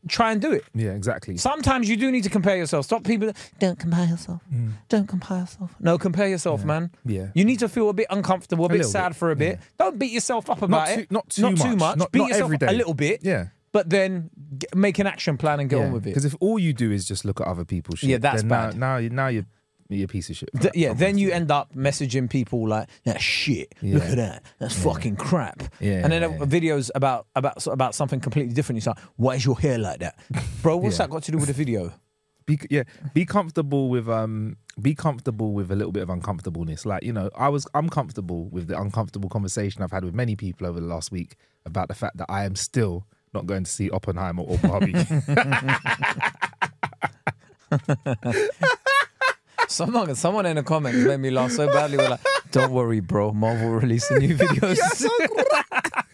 Speaker 2: try and do it.
Speaker 1: yeah, exactly.
Speaker 2: Sometimes you do need to compare yourself. Stop people. Don't compare yourself. Don't compare yourself. No, compare yourself, man.
Speaker 1: Mm. Yeah.
Speaker 2: You need to feel a bit uncomfortable, a, bit
Speaker 1: little
Speaker 2: sad
Speaker 1: bit,
Speaker 2: for a bit. Don't beat yourself up about
Speaker 1: not too,
Speaker 2: it.
Speaker 1: not too
Speaker 2: not
Speaker 1: much.
Speaker 2: too much.
Speaker 1: Not,
Speaker 2: beat
Speaker 1: not
Speaker 2: yourself
Speaker 1: every
Speaker 2: up
Speaker 1: day.
Speaker 2: a little bit.
Speaker 1: Yeah.
Speaker 2: But then g- make an action plan and get on with it.
Speaker 1: Because if all you do is just look at other people's shit,
Speaker 2: Yeah, that's
Speaker 1: then
Speaker 2: bad.
Speaker 1: Now, now, you- now you're you're a piece of shit.
Speaker 2: Th- yeah, then you end up messaging people like that shit. Look
Speaker 1: Yeah.
Speaker 2: at that. That's fucking crap.
Speaker 1: Yeah,
Speaker 2: and then
Speaker 1: yeah,
Speaker 2: uh,
Speaker 1: yeah.
Speaker 2: videos about about about something completely different. It's like, why is your hair like that, bro? What's
Speaker 1: Yeah.
Speaker 2: that got to do with the video?
Speaker 1: be yeah be comfortable with um be comfortable with a little bit of uncomfortableness like you know i was i'm comfortable with the uncomfortable conversation i've had with many people over the last week about the fact that i am still not going to see oppenheimer or barbie
Speaker 2: Someone, someone in the comments made me laugh so badly. We're like, don't worry, bro. Marvel will release a new videos.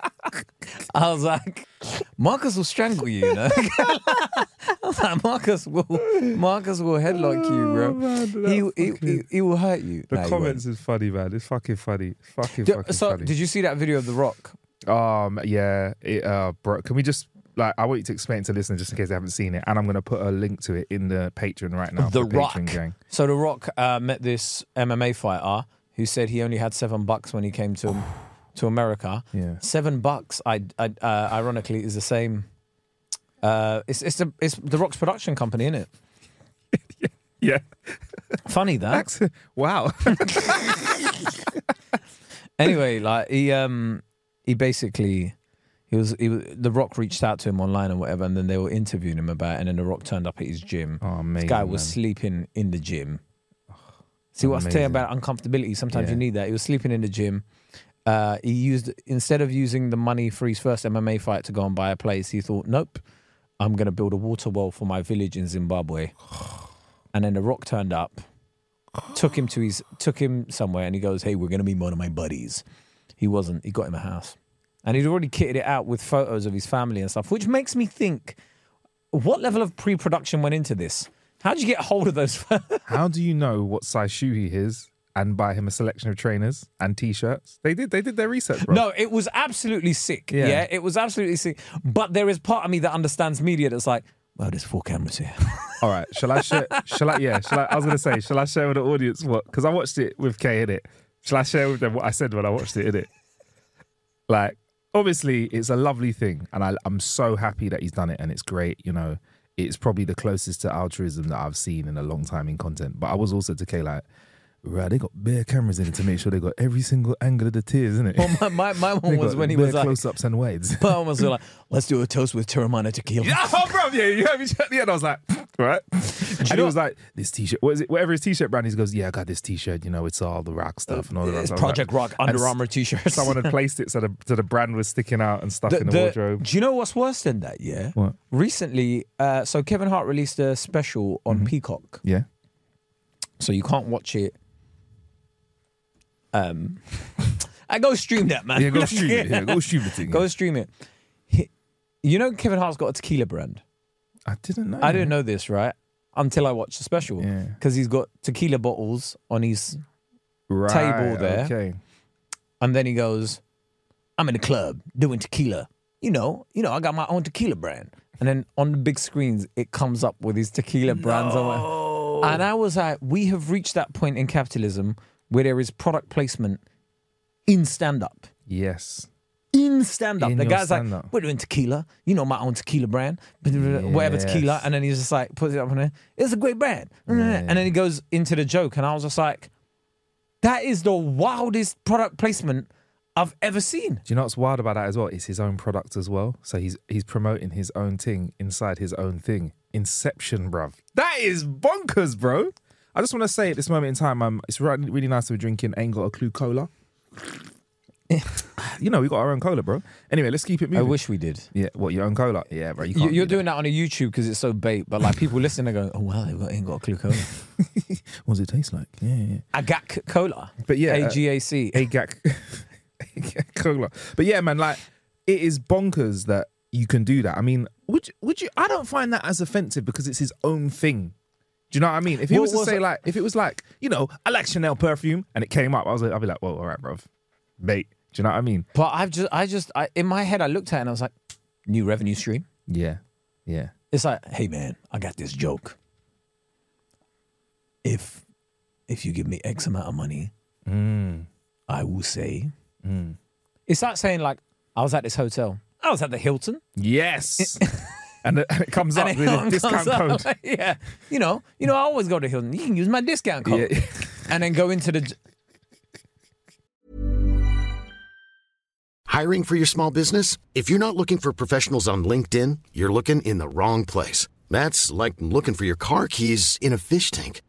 Speaker 2: I was like, Marcus will strangle you, you know. I was like, Marcus will, Marcus will headlock you, bro. he, he, he, he will hurt you.
Speaker 1: the
Speaker 2: No, he won't.
Speaker 1: comments is funny man it's fucking funny It's fucking
Speaker 2: Do-
Speaker 1: fucking
Speaker 2: so,
Speaker 1: funny
Speaker 2: did you see that video of The Rock?
Speaker 1: um yeah it, uh bro can we just like I want you to explain it to listeners just in case they haven't seen it, and I'm gonna put a link to it in the Patreon right now.
Speaker 2: The
Speaker 1: for
Speaker 2: Rock.
Speaker 1: Patreon gang.
Speaker 2: So The Rock uh, met this MMA fighter who said he only had seven bucks when he came to to America.
Speaker 1: Yeah.
Speaker 2: seven bucks. I, I uh, ironically is the same. Uh, it's it's the it's The Rock's production company, isn't it?
Speaker 1: Yeah.
Speaker 2: Funny that.
Speaker 1: wow.
Speaker 2: anyway, like he um he basically. He was, he was, the Rock reached out to him online and whatever, and then they were interviewing him about it. And then The Rock turned up at his gym.
Speaker 1: oh,
Speaker 2: This
Speaker 1: amazing.
Speaker 2: guy was
Speaker 1: man.
Speaker 2: sleeping in the gym. See what I say
Speaker 1: amazing.
Speaker 2: about uncomfortability. Sometimes you
Speaker 1: Yeah.
Speaker 2: need that. He was sleeping in the gym. Uh, he used instead of using the money for his first MMA fight to go and buy a place, he thought, "Nope, I'm going to build a water well for my village in Zimbabwe." And then the Rock turned up, took him to his took him somewhere, and he goes, "Hey, we're going to meet one of my buddies." He wasn't. He got him a house, and he'd already kitted it out with photos of his family and stuff, which makes me think what level of pre-production went into this? How would you get hold of those?
Speaker 1: How do you know what size shoe he is and buy him a selection of trainers and t-shirts? They did. They did their research, bro.
Speaker 2: no, it was absolutely sick. Yeah.
Speaker 1: Yeah.
Speaker 2: it was absolutely sick. But there is part of me that understands media that's like, well, there's four cameras here.
Speaker 1: All right. Shall I share? shall I? Yeah. Shall I? I was gonna say. Shall I share with the audience what? Because I watched it with Kay in it. Shall I share with them what I said when I watched it in it? Like, obviously, it's a lovely thing, and I, I'm so happy that he's done it, and it's great. You know, it's probably the closest to altruism that I've seen in a long time in content. But I was also to Kay like. Right, they got bare cameras in it to make sure they got every single angle of the tears, isn't it?
Speaker 2: well, my, my, my
Speaker 1: They
Speaker 2: one was
Speaker 1: got
Speaker 2: when he
Speaker 1: bare
Speaker 2: was like,
Speaker 1: close-ups and wides.
Speaker 2: my one was like, let's do a toast with Terramana tequila.
Speaker 1: Yeah, oh, bro, yeah, you heard me at the end. I was like, right? And he was like, this t-shirt, what is it? Whatever his t-shirt brand is, he goes, yeah, I got this t-shirt. You know, it's all the rock stuff and all the
Speaker 2: Uh, It's
Speaker 1: rest. I was
Speaker 2: Project
Speaker 1: like-
Speaker 2: Rock Under
Speaker 1: and
Speaker 2: Armour t-shirts.
Speaker 1: Someone had placed it so the, so the brand was sticking out and stuff in the, wardrobe.
Speaker 2: Do you know what's worse than that? Yeah.
Speaker 1: What?
Speaker 2: Recently, uh, so Kevin Hart released a special
Speaker 1: Mm-hmm.
Speaker 2: on Peacock,
Speaker 1: Yeah.
Speaker 2: so you can't watch it. Um, I go stream that man.
Speaker 1: Yeah, go stream it. Yeah, go stream the thing.
Speaker 2: Go stream it. He- you know, Kevin Hart's got a tequila brand.
Speaker 1: I didn't know.
Speaker 2: I didn't know this, right? Until I watched the special.
Speaker 1: Yeah.
Speaker 2: Because he's got tequila bottles on his.
Speaker 1: Right,
Speaker 2: table there.
Speaker 1: Okay.
Speaker 2: And then he goes, I'm in the club doing tequila. You know, you know, I got my own tequila brand. And then on the big screens, it comes up with his tequila brands. on it. And I was like, we have reached that point in capitalism where there is product placement in stand up.
Speaker 1: Yes.
Speaker 2: in stand up.
Speaker 1: In
Speaker 2: The
Speaker 1: your
Speaker 2: guy's like,
Speaker 1: stand-up.
Speaker 2: we're doing tequila. You know my own tequila brand, blah, blah, blah, whatever
Speaker 1: Yes.
Speaker 2: tequila. And then he's just like, puts it up on there. It's a great brand. And then he goes into the joke. And I was just like, that is the wildest product placement I've ever seen.
Speaker 1: Do you know what's wild about that as well? It's his own product as well. So he's he's promoting his own thing inside his own thing. Inception, bruv. That is bonkers, bro. I just want to say at this moment in time, um, it's right, really nice to be drinking. Ain't got a clue cola. you know, we got our own cola, bro. Anyway, let's keep it
Speaker 2: I
Speaker 1: moving.
Speaker 2: wish we did.
Speaker 1: yeah, what your own cola? Yeah, bro. You
Speaker 2: You-
Speaker 1: can't
Speaker 2: You're
Speaker 1: do
Speaker 2: doing that on a YouTube because it's so bait, but like people listening are going, "Oh wow, they ain't got a clue cola."
Speaker 1: that. What does it taste like? Yeah, yeah. yeah.
Speaker 2: Agac cola,
Speaker 1: But yeah, uh,
Speaker 2: AGAC.
Speaker 1: AGAC AGAC cola. But yeah, man, like it is bonkers that you can do that. I mean, would you, would you? I don't find that as offensive because it's his own thing. Do you know what I mean? If he
Speaker 2: What
Speaker 1: was to
Speaker 2: was
Speaker 1: say
Speaker 2: it?
Speaker 1: like, if it was like, you know, I like Chanel perfume, and it came up, I was like, I'd be like, whoa, all right, bro, mate. Do you know what I mean?
Speaker 2: but I've just, I just, I, in my head, I looked at it and I was like, "New revenue stream."
Speaker 1: Yeah, yeah.
Speaker 2: It's like, "Hey man, I got this joke. If if you give me X amount of money,
Speaker 1: Mm.
Speaker 2: I will say." It's like saying like, "I was at this hotel. I was at the Hilton."
Speaker 1: Yes. and, it, and it comes up
Speaker 2: And
Speaker 1: with
Speaker 2: it
Speaker 1: a
Speaker 2: comes
Speaker 1: discount
Speaker 2: up.
Speaker 1: code.
Speaker 2: yeah, you know, you know, I always go to Hilton. You can use my discount code,
Speaker 1: Yeah.
Speaker 2: and then go into the.
Speaker 3: Hiring for your small business? If you're not looking for professionals on LinkedIn, you're looking in the wrong place. That's like looking for your car keys in a fish tank.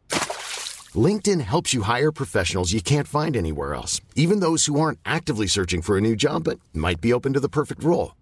Speaker 3: LinkedIn helps you hire professionals you can't find anywhere else, even those who aren't actively searching for a new job but might be open to the perfect role.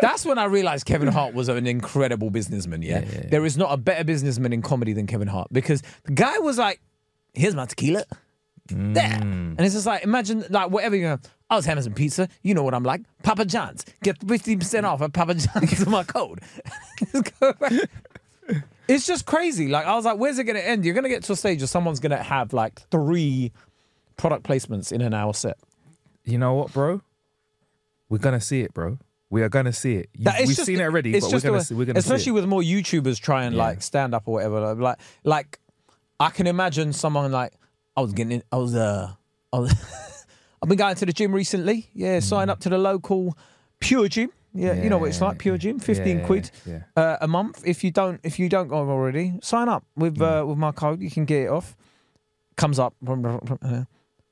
Speaker 2: That's when I realized Kevin Hart was an incredible businessman. Yeah? there is not a better businessman in comedy than Kevin Hart because the guy was like, "Here's my tequila, there," and it's just like imagine like whatever you. know, I was having some pizza. You know what I'm like. Papa John's. Get 15% off at Papa John's with my code. it's just crazy. Like, I was like, where's it going to end? You're going to get to a stage where someone's going to have like three product placements in an hour set.
Speaker 1: You know what, bro? We're gonna see it, bro. We are gonna see it. You-
Speaker 2: That- it's
Speaker 1: we've
Speaker 2: just-
Speaker 1: seen it already,
Speaker 2: it's
Speaker 1: but we're
Speaker 2: just
Speaker 1: gonna
Speaker 2: the-
Speaker 1: see. We're gonna
Speaker 2: especially
Speaker 1: see it.
Speaker 2: with more YouTubers trying like stand up or whatever. like- Like, like I can imagine someone like I was getting, in, I was, uh, I was I've been going to the gym recently. Yeah,
Speaker 1: Hmm.
Speaker 2: signed up to the local Pure Gym. Yeah, you know what it's like, Pure Gym, fifteen
Speaker 1: yeah,
Speaker 2: quid
Speaker 1: yeah.
Speaker 2: Uh, a month. If you don't, if you don't go already, sign up with
Speaker 1: Hmm.
Speaker 2: uh, with my code. You can get it off. Comes up.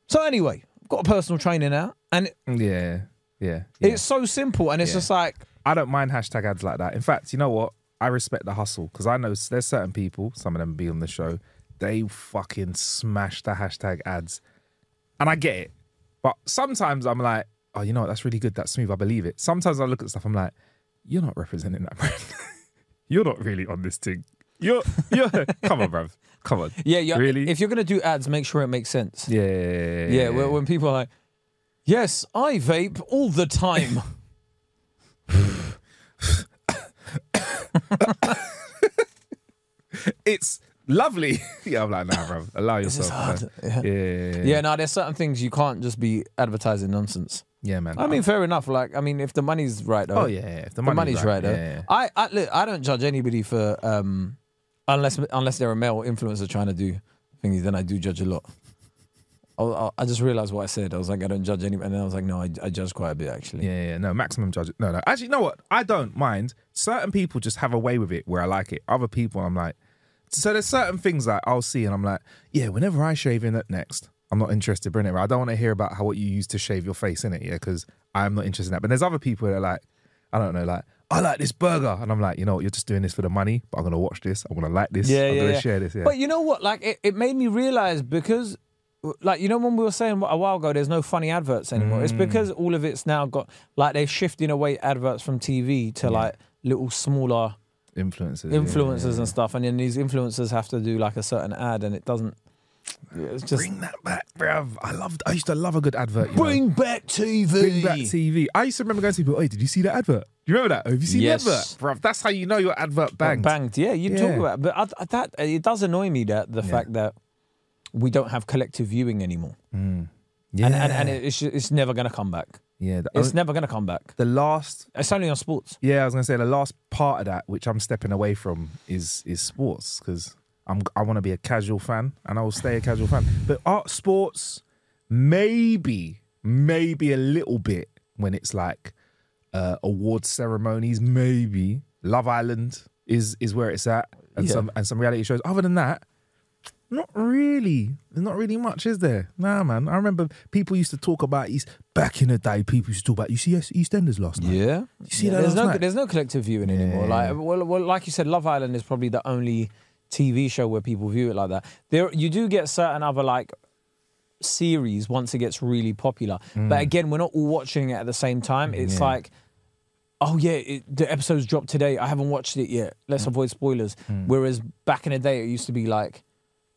Speaker 2: So anyway, I've got a personal trainer now, and
Speaker 1: yeah, yeah, yeah.
Speaker 2: it's so simple, and it's just like.
Speaker 1: I don't mind hashtag ads like that. In fact, you know what? I respect the hustle because I know there's certain people. Some of them be on the show. They fucking smash the hashtag ads, and I get it. But sometimes I'm like, oh, you know what? That's really good. That's smooth. I believe it. Sometimes I look at stuff. I'm like, you're not representing that brand. you're not really on this thing. You're, you're. come on, bruv. Come on.
Speaker 2: Yeah, yeah.
Speaker 1: Really?
Speaker 2: If you're gonna do ads, make sure it makes sense.
Speaker 1: Yeah, yeah,
Speaker 2: Yeah, When, when people are like, "Yes, I vape all the time."
Speaker 1: it's lovely. yeah, I'm like, nah, bro, allow yourself. man.
Speaker 2: Yeah.
Speaker 1: Yeah, yeah, yeah,
Speaker 2: yeah, no, there's certain things you can't just be advertising nonsense.
Speaker 1: Yeah, man.
Speaker 2: I mean, fair enough. Like, I mean, if the money's right, though.
Speaker 1: oh yeah, yeah. If the,
Speaker 2: the money's right, though.
Speaker 1: yeah, yeah.
Speaker 2: I, I look, I don't judge anybody for um, unless unless they're a male influencer trying to do thingies. Then I do judge a lot. I, I, I just realized what I said. I was like, I don't judge anyone, and then I was like, no, I, I judge quite a bit actually.
Speaker 1: Yeah, yeah, no, maximum judge. No, no. Actually, you know what? I don't mind. Certain people just have a way with it where I like it. Other people, I'm like, so there's certain things that I'll see and I'm like, yeah, whenever I shave in it next, I'm not interested in it. I don't want to hear about how what you use to shave your face in it, yeah, because I'm not interested in that. But there's other people that are like, I don't know, like, I like this burger. And I'm like, you know what? You're just doing this for the money, but I'm going to watch this. I'm going to like this. I'm going to share this. Yeah.
Speaker 2: But you know what? Like, it, it made me realize because like you know when we were saying a while ago, there's no funny adverts anymore.
Speaker 1: Mm.
Speaker 2: It's because all of it's now got like they're shifting away adverts from TV to like little smaller
Speaker 1: Influences. yeah,
Speaker 2: influencers
Speaker 1: yeah.
Speaker 2: and stuff, and then these influencers have to do like a certain ad, and it doesn't. It's just
Speaker 1: Bring that back, bruv. I loved. I used to love a good advert. you know.
Speaker 2: Bring back TV.
Speaker 1: Bring back TV. I used to remember going to people. Hey, did you see that advert? Do you remember that? Have you seen
Speaker 2: Yes.
Speaker 1: the advert, bruv? That's how you know your advert banged.
Speaker 2: Banged. Yeah, you talk
Speaker 1: Yeah.
Speaker 2: about, it. but I, I- that it does annoy me that the fact that we don't have collective viewing anymore,
Speaker 1: Mm. Yeah,
Speaker 2: and, and and it's it's never gonna come back.
Speaker 1: yeah. The,
Speaker 2: It's
Speaker 1: only-
Speaker 2: never gonna come back.
Speaker 1: the last
Speaker 2: It's only on sports.
Speaker 1: Yeah, I was gonna say the last part of that, which I'm stepping away from, is is sports because I'm I want to be a casual fan and I will stay a casual fan. But art sports, maybe maybe a little bit when it's like uh, award ceremonies, maybe Love Island is is where it's at, and
Speaker 2: Yeah.
Speaker 1: some and some reality shows. Other than that, not really. There's not really much, is there? Nah, man. I remember people used to talk about East back in the day. People used to talk about you see EastEnders last night.
Speaker 2: Yeah,
Speaker 1: You see that
Speaker 2: there's
Speaker 1: last
Speaker 2: no
Speaker 1: night?
Speaker 2: there's no collective viewing anymore. Like well, well, like you said, Love Island is probably the only TV show where people view it like that. There you do get certain other like series once it gets really popular, but again, we're not all watching it at the same time. It's like. Oh yeah, it, the episode's dropped today. I haven't watched it yet. Let's avoid spoilers. Whereas back in the day, it used to be like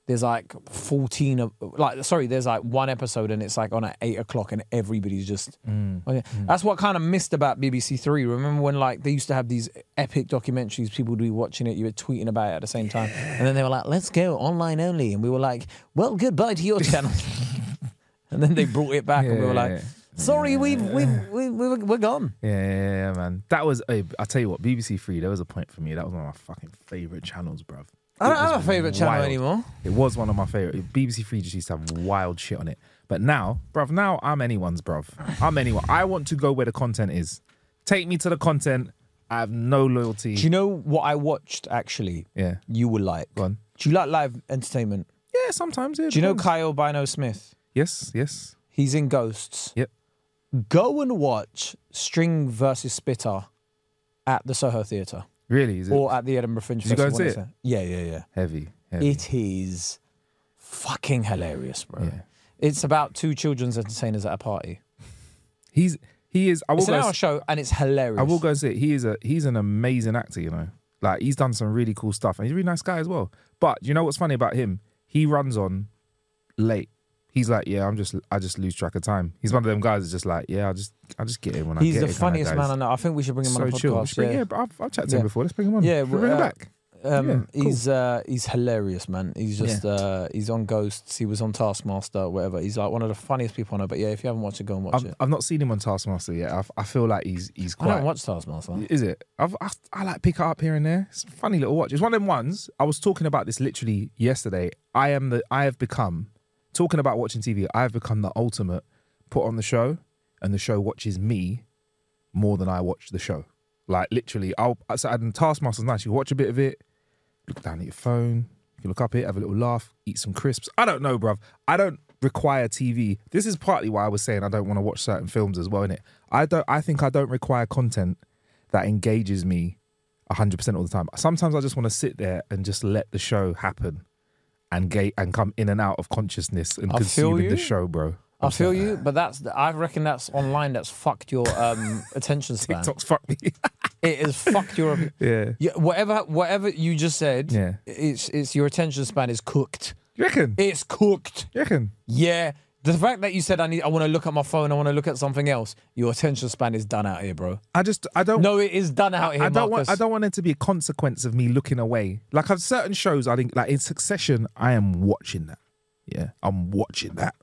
Speaker 2: there's like fourteen of like sorry, there's like one episode and it's like on at eight o'clock and everybody's just
Speaker 1: Mm.
Speaker 2: Okay. That's what kind of missed about BBC Three. Remember when like they used to have these epic documentaries, people would be watching it, you were tweeting about it at the same time, and then they were like, "Let's go online only," and we were like, "Well, goodbye to your channel." and then they brought it back, and we were
Speaker 1: Yeah.
Speaker 2: like, "Sorry, we've we've we, we, we're gone."
Speaker 1: Yeah, yeah, yeah, man. That was. Hey, I tell you what, BBC Three. There was a point for me. That was one of my fucking favorite channels, bruv.
Speaker 2: I don't
Speaker 1: It was
Speaker 2: have a favourite channel
Speaker 1: wild.
Speaker 2: anymore.
Speaker 1: It was one of my favorite. BBC Three just used to have wild shit on it. But now, bruv, now I'm anyone's, bruv. I'm anyone. I want to go where the content is. Take me to the content. I have no loyalty.
Speaker 2: Do you know what I watched actually?
Speaker 1: Yeah.
Speaker 2: you will like.
Speaker 1: Go on.
Speaker 2: Do you like live entertainment?
Speaker 1: yeah, sometimes. Yeah,
Speaker 2: Do you know
Speaker 1: depends.
Speaker 2: Kyle Bino Smith?
Speaker 1: Yes, yes.
Speaker 2: He's in Ghosts.
Speaker 1: Yep.
Speaker 2: go and watch String versus Spitter at the Soho Theatre
Speaker 1: Really? Is it
Speaker 2: or at the Edinburgh Fringe
Speaker 1: Did you go
Speaker 2: Festival.
Speaker 1: and see
Speaker 2: isn't Yeah, yeah, yeah.
Speaker 1: heavy? heavy.
Speaker 2: It is fucking hilarious, bro.
Speaker 1: Yeah.
Speaker 2: It's about two children's entertainers at a party.
Speaker 1: He's he is. I will
Speaker 2: It's an
Speaker 1: go.
Speaker 2: hour show and it's hilarious.
Speaker 1: I will go and say it. he is a he's an amazing actor. You know, like he's done some really cool stuff, and he's a really nice guy as well. But you know what's funny about him? He runs on late. He's like, yeah, I'm just I just lose track of time. He's one of them guys that's just like, yeah, I just I just get it when I
Speaker 2: He's
Speaker 1: get
Speaker 2: the
Speaker 1: it kinda
Speaker 2: funniest
Speaker 1: guys.
Speaker 2: man I know. I think we should bring him
Speaker 1: So
Speaker 2: on the
Speaker 1: chill. We
Speaker 2: podcast.
Speaker 1: should Bring, yeah.
Speaker 2: yeah.
Speaker 1: but I've, I've chatted to him
Speaker 2: Yeah.
Speaker 1: before. Let's bring him on.
Speaker 2: Yeah,
Speaker 1: Yeah,
Speaker 2: well,
Speaker 1: bring him
Speaker 2: uh,
Speaker 1: back.
Speaker 2: Um,
Speaker 1: Yeah, cool.
Speaker 2: He's uh, he's hilarious, man. He's just uh, he's on Ghosts. He was on Taskmaster, whatever. He's like one of the funniest people I know. But yeah, if you haven't watched it, go and watch
Speaker 1: I've,
Speaker 2: it.
Speaker 1: I've not seen him on Taskmaster yet. I've, I feel like he's he's
Speaker 2: I
Speaker 1: quite.
Speaker 2: don't watch Taskmaster.
Speaker 1: Is it? I've, I, I like pick it up here and there. It's a funny little watch. It's one of them ones. I was talking about this literally yesterday. I am the. I have become talking about watching TV. I have become the ultimate. Put on the show, and the show watches me more than I watch the show. Like literally, I'll. So and Taskmaster's nice. You watch a bit of it, look down at your phone. You can look up it, have a little laugh, eat some crisps. I don't know, bruv. I don't require TV. This is partly why I was saying I don't want to watch certain films as well, innit? I don't I think I don't require content that engages me 100% all the time. Sometimes I just want to sit there and just let the show happen and ga- and come in and out of consciousness and
Speaker 2: I feel
Speaker 1: consuming
Speaker 2: you.
Speaker 1: the show, bro.
Speaker 2: I feel you, but that's I reckon that's online. That's fucked your um, attention span.
Speaker 1: TikTok's fuck me.
Speaker 2: It has fucked your
Speaker 1: yeah.
Speaker 2: yeah. Whatever whatever you just said.
Speaker 1: Yeah.
Speaker 2: It's it's your attention span is cooked.
Speaker 1: You reckon?
Speaker 2: It's cooked.
Speaker 1: You reckon?
Speaker 2: Yeah. The fact that you said I need I want to look at my phone. I want to look at something else. Your attention span is done out here, bro.
Speaker 1: I just I don't
Speaker 2: No, it is done out here.
Speaker 1: I don't
Speaker 2: Marcus.
Speaker 1: want. I don't want it to be a consequence of me looking away. Like on certain shows, I think like in Succession, I am watching that. Yeah, I'm watching that.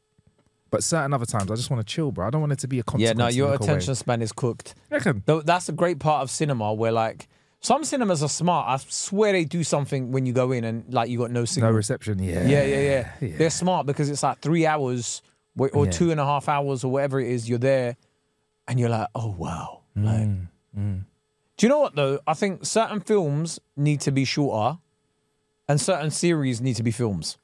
Speaker 1: But certain other times, I just want to chill, bro. I don't want it to be a
Speaker 2: Yeah.
Speaker 1: consequence.
Speaker 2: No,
Speaker 1: to
Speaker 2: your
Speaker 1: look away.
Speaker 2: attention span is cooked.
Speaker 1: Reckon?
Speaker 2: Though that's a great part of cinema where like some cinemas are smart. I swear they do something when you go in and like you got no
Speaker 1: No
Speaker 2: signal.
Speaker 1: reception. Yeah.
Speaker 2: Yeah, yeah, yeah.
Speaker 1: Yeah.
Speaker 2: They're smart because it's like three hours wa- or
Speaker 1: Yeah.
Speaker 2: two and a half hours or whatever it is. You're there, and you're like, oh wow.
Speaker 1: Mm,
Speaker 2: Like, Do you know what though? I think certain films need to be shorter, and certain series need to be films.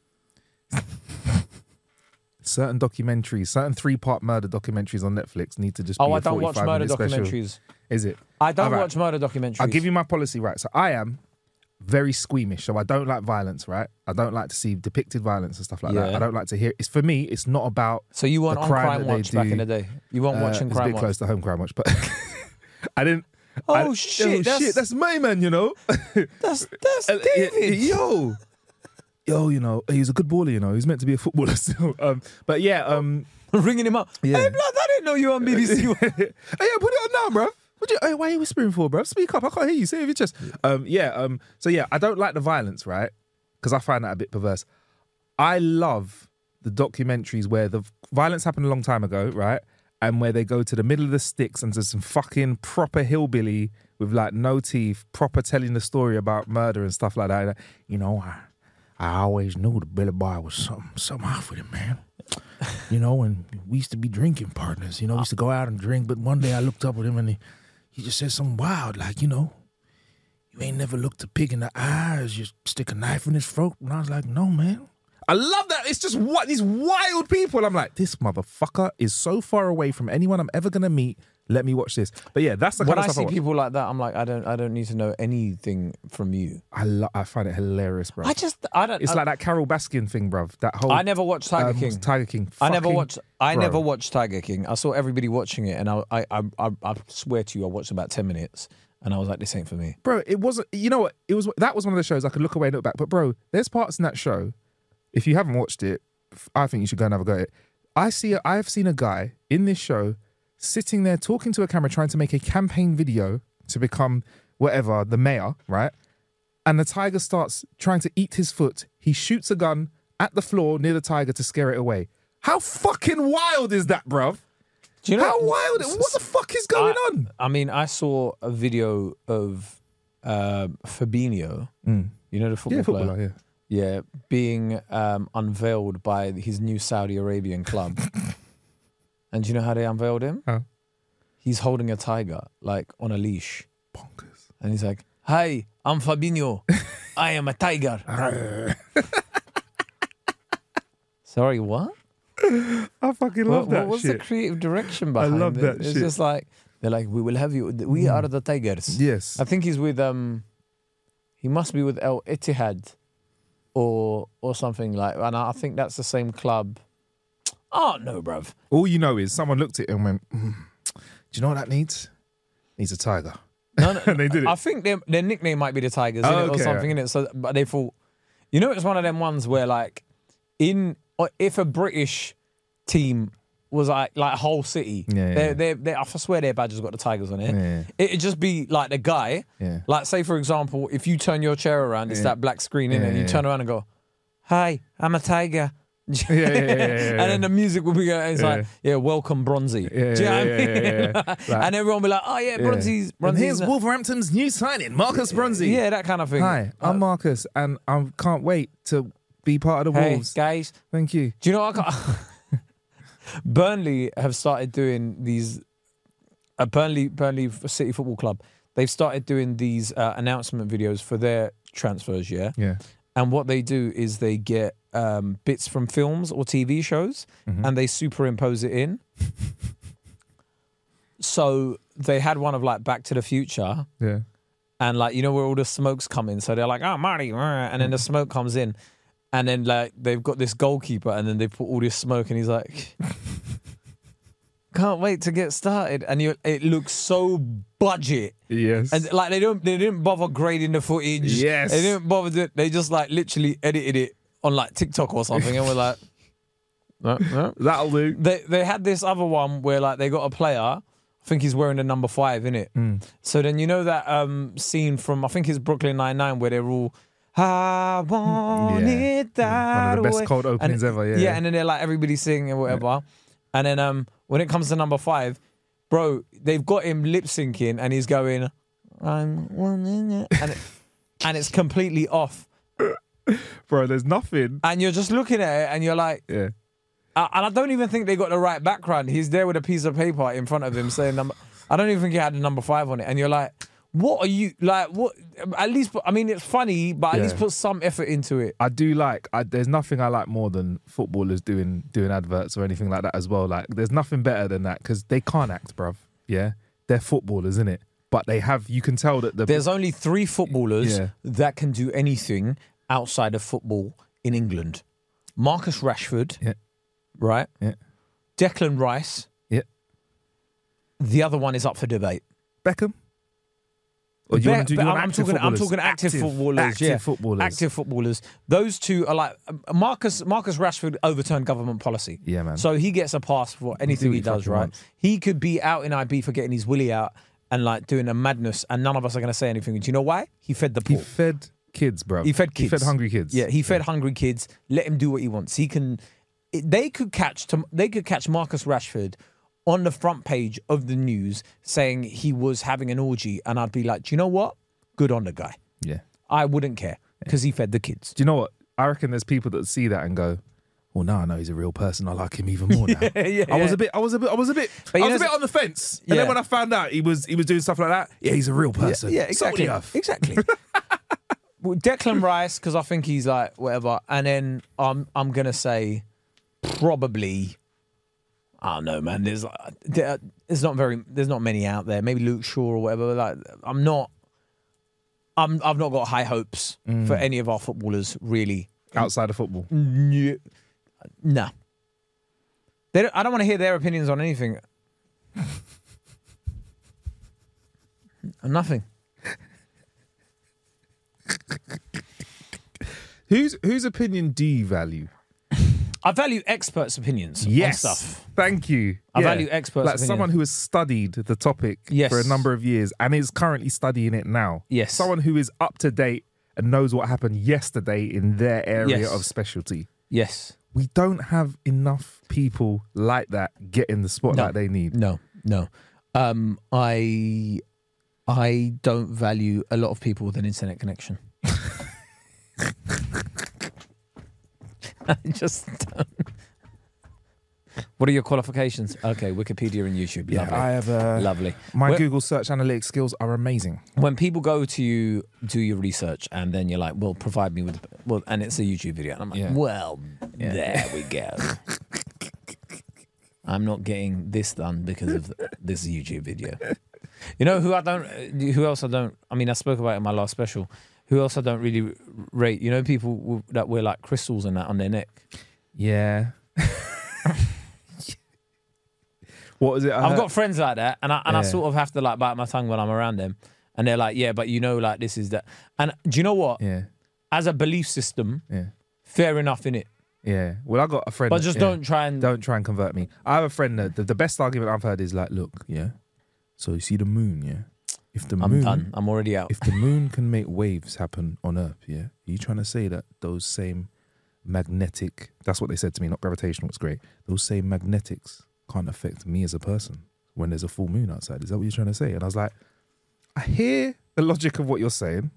Speaker 1: Certain documentaries, certain three-part murder documentaries on Netflix need to just.
Speaker 2: Oh,
Speaker 1: be
Speaker 2: I
Speaker 1: a
Speaker 2: don't watch
Speaker 1: 45
Speaker 2: murder
Speaker 1: minute special.
Speaker 2: documentaries.
Speaker 1: Is it?
Speaker 2: I don't
Speaker 1: Alright.
Speaker 2: watch murder documentaries.
Speaker 1: I'll give you my policy, right? So I am very squeamish. So I don't like violence, right? I don't like to see depicted violence and stuff like that.
Speaker 2: Yeah.
Speaker 1: I don't like to hear. It's for me. It's not about.
Speaker 2: So you weren't
Speaker 1: the
Speaker 2: on
Speaker 1: crime
Speaker 2: Crime
Speaker 1: that they
Speaker 2: Watch back
Speaker 1: do.
Speaker 2: in the day. You weren't
Speaker 1: Uh,
Speaker 2: watching
Speaker 1: it's a
Speaker 2: Crime
Speaker 1: bit
Speaker 2: Watch.
Speaker 1: close to home crime watch, but I didn't.
Speaker 2: Oh,
Speaker 1: I-
Speaker 2: shit,
Speaker 1: Oh
Speaker 2: that's-
Speaker 1: shit! That's my man, you know.
Speaker 2: That's that's
Speaker 1: Uh, yeah,
Speaker 2: David.
Speaker 1: yo, yo, you know, he's a good baller. You know, he's meant to be a footballer still. Um, but yeah, um,
Speaker 2: Ringing him up.
Speaker 1: Yeah.
Speaker 2: Hey, blood, I didn't know you were on
Speaker 1: hey, yeah,
Speaker 2: BBC.
Speaker 1: put it on now, bro. What you, hey, why are you whispering for, bro? Speak up. I can't hear you. Say it with your chest. Um, yeah. Um, so yeah, I don't like the violence, right? Because I find that a bit perverse. I love the documentaries where the violence happened a long time ago, right? And where they go to the middle of the sticks and to some fucking proper hillbilly with like no teeth, proper telling the story about murder and stuff like that. You know, I, I always knew the Billy Boy was something, something off with him, man you know, and we used to be drinking partners, you know, we used to go out and drink, but one day I looked up at him and he, he just said something wild, like, you know, you ain't never looked a pig in the eyes, you stick a knife in his throat. And I was like, no, man. I love that. It's just what these wild people. I'm like, this motherfucker is so far away from anyone I'm ever gonna meet. Let me watch this. But yeah, that's the kind
Speaker 2: when
Speaker 1: of
Speaker 2: I
Speaker 1: stuff
Speaker 2: see
Speaker 1: watch.
Speaker 2: people like that, I'm like, I don't, I don't need to know anything from you.
Speaker 1: I, lo- I find it hilarious, bro.
Speaker 2: I just, I don't.
Speaker 1: it's
Speaker 2: I,
Speaker 1: like that Carol Baskin thing, bruv. That whole
Speaker 2: I never watched Tiger
Speaker 1: um,
Speaker 2: King.
Speaker 1: Tiger King.
Speaker 2: I never
Speaker 1: Fucking-
Speaker 2: watched. I
Speaker 1: bro.
Speaker 2: never watched Tiger King. I saw everybody watching it, and I, I, I, I, I swear to you, I watched about ten minutes, and I was like, this ain't for me.
Speaker 1: bro, it wasn't. You know what? It was that was one of the shows I could look away and look back. But bro, there's parts in that show. If you haven't watched it, f- I think you should go and have a go at it. I see. I have seen a guy in this show sitting there talking to a camera, trying to make a campaign video to become whatever the mayor, right? And the tiger starts trying to eat his foot. He shoots a gun at the floor near the tiger to scare it away. How fucking wild is that, bruv?
Speaker 2: Do you know
Speaker 1: How wild? What the fuck is going
Speaker 2: I-
Speaker 1: on?
Speaker 2: I mean, I saw a video of uh, Fabinho. You know the football player.
Speaker 1: Mm. Yeah, footballer. Yeah.
Speaker 2: Yeah, being um, unveiled by his new Saudi Arabian club. and do you know how they unveiled him?
Speaker 1: How?
Speaker 2: He's holding a tiger, like on a leash.
Speaker 1: Bonkers.
Speaker 2: And he's like, Hi, I'm Fabinho. I am a tiger. Sorry, what?
Speaker 1: I
Speaker 2: What-
Speaker 1: fucking love
Speaker 2: what,
Speaker 1: that
Speaker 2: was
Speaker 1: shit.
Speaker 2: the creative direction behind
Speaker 1: love
Speaker 2: it?
Speaker 1: that
Speaker 2: It's
Speaker 1: shit. Mm.
Speaker 2: just like, they're like, We will have you. We are the tigers.
Speaker 1: Yes.
Speaker 2: I think he's with um he must be with El Ittihad or or something like and I think that's the same club. Oh no, bruv.
Speaker 1: All you know is someone looked at it and went, mm, "Do you know what that needs? Needs a tiger."
Speaker 2: No, no,
Speaker 1: And they did it.
Speaker 2: I think their their nickname might be the Tigers
Speaker 1: Oh,
Speaker 2: innit,
Speaker 1: okay,
Speaker 2: or something in it. So but they thought you know it's one of them ones where like in or if a British team was like like whole city.
Speaker 1: Yeah, yeah,
Speaker 2: they
Speaker 1: yeah.
Speaker 2: they they I swear their badge has got the tigers on it.
Speaker 1: Yeah.
Speaker 2: It'd just be like the guy.
Speaker 1: Yeah.
Speaker 2: Like say for example, if you turn your chair around, it's that black screen in
Speaker 1: Yeah,
Speaker 2: and you
Speaker 1: yeah,
Speaker 2: turn around and go, "Hi, I'm a tiger."
Speaker 1: yeah, yeah, yeah, yeah.
Speaker 2: and then the music will be going. It's
Speaker 1: Yeah.
Speaker 2: like, yeah, welcome Bronzy.
Speaker 1: Yeah,
Speaker 2: Do you know what
Speaker 1: yeah,
Speaker 2: I
Speaker 1: yeah,
Speaker 2: mean?
Speaker 1: yeah, yeah. Like-
Speaker 2: and everyone will be like, oh yeah, Bronzy's.
Speaker 1: and
Speaker 2: Bronzy's
Speaker 1: here's
Speaker 2: not-
Speaker 1: Wolverhampton's new signing, Marcus Bronzy.
Speaker 2: uh, Yeah, Uh, that kind of thing.
Speaker 1: Hi, I'm Marcus, and I can't wait to be part of the
Speaker 2: Hey
Speaker 1: Wolves.
Speaker 2: guys,
Speaker 1: Thank you.
Speaker 2: do you know what I can't? Burnley have started doing these. Uh, Burnley, Burnley City Football Club. They've started doing these uh, announcement videos for their transfers. Yeah.
Speaker 1: Yeah.
Speaker 2: And what they do is they get um, bits from films or TV shows
Speaker 1: Mm-hmm.
Speaker 2: and they superimpose it in. so they had one of like Back to the Future
Speaker 1: Yeah.
Speaker 2: and like you know where all the smoke's coming. So they're like, oh Marty, rah," and then the smoke comes in, and then like they've got this goalkeeper, and then they put all this smoke, and he's like, can't wait to get started, and you it looks so budget.
Speaker 1: Yes.
Speaker 2: And like they don't, they didn't bother grading the footage.
Speaker 1: Yes.
Speaker 2: they didn't bother. Do, they just like literally edited it on like TikTok or something, and we're like, no, no.
Speaker 1: That'll do.
Speaker 2: They they had this other one where like they got a player. I think he's wearing the number five in it.
Speaker 1: Hmm.
Speaker 2: So then you know that um, scene from I think it's Brooklyn Nine Nine where they're all. I want
Speaker 1: Yeah.
Speaker 2: it that
Speaker 1: One of the best
Speaker 2: way."
Speaker 1: cold
Speaker 2: And-
Speaker 1: openings ever, yeah.
Speaker 2: yeah, and then they're like everybody singing and whatever. And then um, when it comes to number five, bro, they've got him lip syncing and he's going, "I'm one minute," and it, and it's completely off.
Speaker 1: Bro, there's nothing.
Speaker 2: And you're just looking at it and you're like,
Speaker 1: Yeah.
Speaker 2: I, and I don't even think they got the right background. He's there with a piece of paper in front of him saying number. I don't even think he had the number five on it. And you're like, what are you like? What? At least, put- I mean, it's funny, but at
Speaker 1: Yeah.
Speaker 2: least put some effort into it.
Speaker 1: I do like. I, there's nothing I like more than footballers doing doing adverts or anything like that as well. Like, there's nothing better than that because they can't act, bruv. Yeah, they're footballers, innit? but they have. You can tell that the
Speaker 2: There's only three footballers
Speaker 1: Yeah.
Speaker 2: that can do anything outside of football in England: Marcus Rashford,
Speaker 1: Yeah.
Speaker 2: right?
Speaker 1: Yeah.
Speaker 2: Declan Rice.
Speaker 1: yeah.
Speaker 2: The other one is up for debate.
Speaker 1: Beckham. Or
Speaker 2: Be-
Speaker 1: wanna do-
Speaker 2: but
Speaker 1: wanna
Speaker 2: I'm,
Speaker 1: active
Speaker 2: talking, I'm
Speaker 1: footballers?
Speaker 2: talking active, footballers.
Speaker 1: Active
Speaker 2: yeah.
Speaker 1: footballers.
Speaker 2: Active footballers. Those two are like um, Marcus. Marcus Rashford overturned government policy.
Speaker 1: Yeah, man.
Speaker 2: So he gets a pass for anything
Speaker 1: what
Speaker 2: he,
Speaker 1: he
Speaker 2: does,
Speaker 1: fucking
Speaker 2: right?
Speaker 1: wants.
Speaker 2: He could be out in IB for getting his willy out and like doing a madness, and none of us are going to say anything. And do you know why? He fed the
Speaker 1: He
Speaker 2: poor.
Speaker 1: fed kids, bro.
Speaker 2: He fed kids.
Speaker 1: He fed hungry kids.
Speaker 2: Yeah, he fed hungry kids. Let him do what he wants. He can. it- They could catch. Tom- They could catch Marcus Rashford on the front page of the news saying he was having an orgy, and I'd be like, do you know what? Good on the guy.
Speaker 1: Yeah.
Speaker 2: I wouldn't care because he fed the kids.
Speaker 1: Do you know what? I reckon there's people that see that and go, "Well, now I know he's a real person. I like him even more now."
Speaker 2: yeah,
Speaker 1: I was
Speaker 2: yeah.
Speaker 1: a bit, I was a bit, I was a bit,
Speaker 2: But you
Speaker 1: I was a
Speaker 2: know-
Speaker 1: bit on the fence. And
Speaker 2: Yeah.
Speaker 1: then when I found out he was, he was doing stuff like that. Yeah, he's a real person.
Speaker 2: Yeah,
Speaker 1: Salt of the
Speaker 2: exactly.
Speaker 1: earth.
Speaker 2: Exactly. well, Declan Rice because I think he's like whatever, and then um, I'm gonna say probably. I don't know, man. There's like, there- there's not very there's not many out there. Maybe Luke Shaw or whatever. Like I'm not. I'm I've not got high hopes for any of our footballers really.
Speaker 1: Outside of football,
Speaker 2: Mm. No. Nah. They don't, I don't want to hear their opinions on anything. Nothing.
Speaker 1: whose whose opinion do you value?
Speaker 2: I value experts' opinions on stuff.
Speaker 1: Thank you.
Speaker 2: I value experts'
Speaker 1: Like
Speaker 2: opinions.
Speaker 1: someone who has studied the topic
Speaker 2: Yes.
Speaker 1: for a number of years and is currently studying it now.
Speaker 2: Yes.
Speaker 1: Someone who is up to date and knows what happened yesterday in their area
Speaker 2: Yes.
Speaker 1: of specialty.
Speaker 2: Yes.
Speaker 1: We don't have enough people like that getting the spotlight they need.
Speaker 2: No. No. Um, I I don't value a lot of people with an internet connection. I just don't. What are your qualifications? Okay, Wikipedia and YouTube.
Speaker 1: Yeah,
Speaker 2: Lovely.
Speaker 1: I have uh, a
Speaker 2: Lovely.
Speaker 1: My
Speaker 2: Well-
Speaker 1: Google search analytics skills are amazing.
Speaker 2: when people go to you do your research and then you're like, well, provide me with well, and it's a YouTube video, and I'm like,
Speaker 1: Yeah.
Speaker 2: well, there we go. I'm not getting this done because of this YouTube video. You know who I don't, who else I don't. I mean, I spoke about it in my last special. Who else I don't really rate? You know, people w- that wear like crystals and that on their neck.
Speaker 1: Yeah. what is it? I
Speaker 2: I've
Speaker 1: heard-
Speaker 2: got friends like that, and I and I
Speaker 1: Yeah.
Speaker 2: sort of have to like bite my tongue when I'm around them, and they're like, yeah, but you know, like this is that. And do you know what?
Speaker 1: Yeah.
Speaker 2: As a belief system,
Speaker 1: Yeah.
Speaker 2: fair enough in it.
Speaker 1: Yeah. Well, I got a friend.
Speaker 2: But just
Speaker 1: yeah.
Speaker 2: don't try and
Speaker 1: Don't try and convert me. I have a friend that the, the best argument I've heard is like, look, yeah. So you see the moon, yeah. If the
Speaker 2: I'm
Speaker 1: moon,
Speaker 2: done. I'm already out.
Speaker 1: if the moon can make waves happen on Earth, yeah. Are you trying to say that those same magnetic? That's what they said to me, not gravitational. It's great. Those same magnetics can't affect me as a person when there's a full moon outside. Is that what you're trying to say? And I was like, I hear the logic of what you're saying.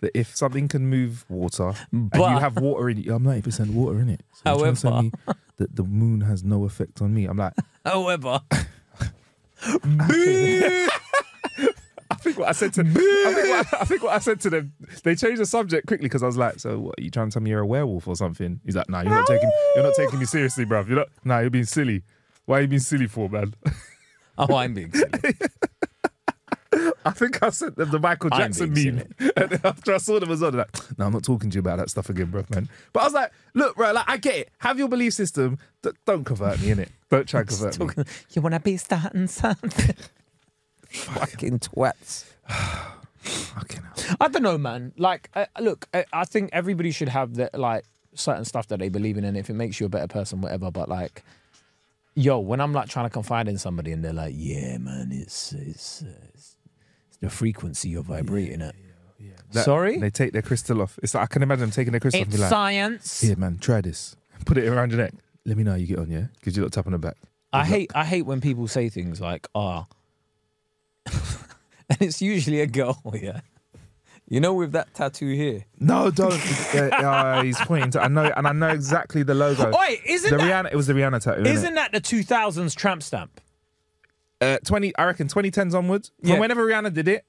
Speaker 1: That if something can move water, and
Speaker 2: But-
Speaker 1: you have water in you, I'm 90% water in it. So you're trying to tell
Speaker 2: However-
Speaker 1: me that the moon has no effect on me. I'm like,
Speaker 2: However,
Speaker 1: I think what I said to them, I think what I, I think what I said to them, they changed the subject quickly because I was like, "So what? Are you trying to tell me you're a werewolf or something?" He's like, "Nah, you're not taking you're not taking me seriously, bruv. You're not. Nah, you're being silly. Why are you being silly for, man?"
Speaker 2: oh, I'm being silly.
Speaker 1: I think I sent them the Michael
Speaker 2: I'm
Speaker 1: Jackson
Speaker 2: being
Speaker 1: meme, and then after I saw them was on, they're like, "No, I'm not talking to you about that stuff again, bruv, man." But I was like, "Look, bro, like I get it. Have your belief system. D- don't convert me in it. Don't try and convert me."
Speaker 2: you want to be starting something? Fucking twats.
Speaker 1: Fucking hell.
Speaker 2: I don't know, man. Like, uh, look, I, I think everybody should have that, like, certain stuff that they believe in, and if it makes you a better person, whatever. But like, yo, when I'm like trying to confide in somebody, and they're like, "Yeah, man, it's it's, uh, it's, it's the frequency you're vibrating at."
Speaker 1: That-
Speaker 2: Sorry?
Speaker 1: They take their crystal off. It's like I can imagine them taking their crystal off. and be like,
Speaker 2: science.
Speaker 1: Here, man, try this. Put it around your neck. Let me know how you get on, yeah? Because you look tap on the back.
Speaker 2: I hate I hate when people say things like ah and it's usually a girl, yeah. You know with that tattoo here.
Speaker 1: No, don't. uh, uh, he's pointing to. I know, and I know exactly the logo.
Speaker 2: Oi, isn't
Speaker 1: the
Speaker 2: that-
Speaker 1: Rihanna? It was the Rihanna tattoo.
Speaker 2: Isn't that the 2000s tramp stamp?
Speaker 1: it? Uh, twenty? I reckon twenty tens onwards. From
Speaker 2: Yeah.
Speaker 1: whenever Rihanna did it,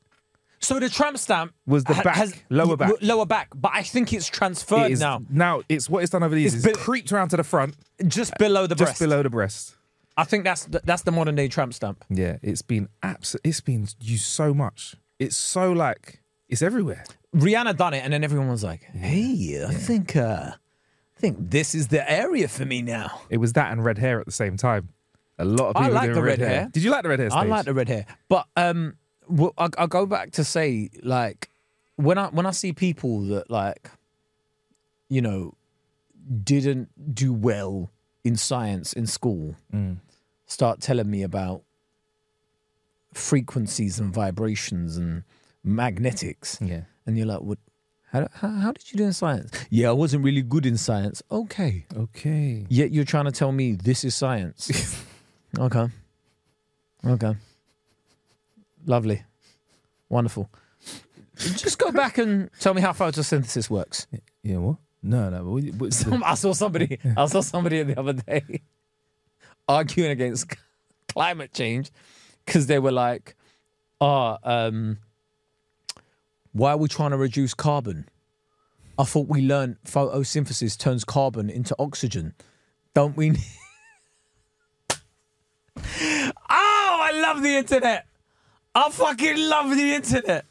Speaker 2: So the tramp stamp
Speaker 1: Was the
Speaker 2: ha-
Speaker 1: back, lower back.
Speaker 2: w- lower back, but I think it's transferred
Speaker 1: it is
Speaker 2: now
Speaker 1: Now it's what it's done over these.
Speaker 2: It's
Speaker 1: It's,
Speaker 2: been-
Speaker 1: creeped around to the front,
Speaker 2: just below the
Speaker 1: just
Speaker 2: breast.
Speaker 1: below the breast.
Speaker 2: I think that's the, that's the modern day tramp stamp.
Speaker 1: Yeah, it's been abs- It's been used so much. It's so like it's everywhere.
Speaker 2: Rihanna done it, and then everyone was like, "Hey, I think uh, I think this is the area for me now."
Speaker 1: It was that and red hair at the same time. A lot of
Speaker 2: I
Speaker 1: people
Speaker 2: like
Speaker 1: doing
Speaker 2: the
Speaker 1: red
Speaker 2: red
Speaker 1: hair.
Speaker 2: hair.
Speaker 1: Did you like the red hair?
Speaker 2: I
Speaker 1: stage?
Speaker 2: like the red hair, but um, well, I, I go back to say like when I when I see people that like, you know, didn't do well in science in school, start telling me about frequencies and vibrations and magnetics.
Speaker 1: Yeah.
Speaker 2: and you're like, what? How, how, how did you do in science? Yeah, I wasn't really good in science. Okay.
Speaker 1: Okay.
Speaker 2: Yet you're trying to tell me this is science. okay. Okay. Lovely. Wonderful. Just go back and tell me how photosynthesis works.
Speaker 1: Yeah. What? No. No. What, what's the-
Speaker 2: I saw somebody I saw somebody the other day arguing against climate change because they were like, oh, um, why are we trying to reduce carbon? I thought we learned photosynthesis turns carbon into oxygen. Don't we? need-" oh, I love the internet. I fucking love the internet.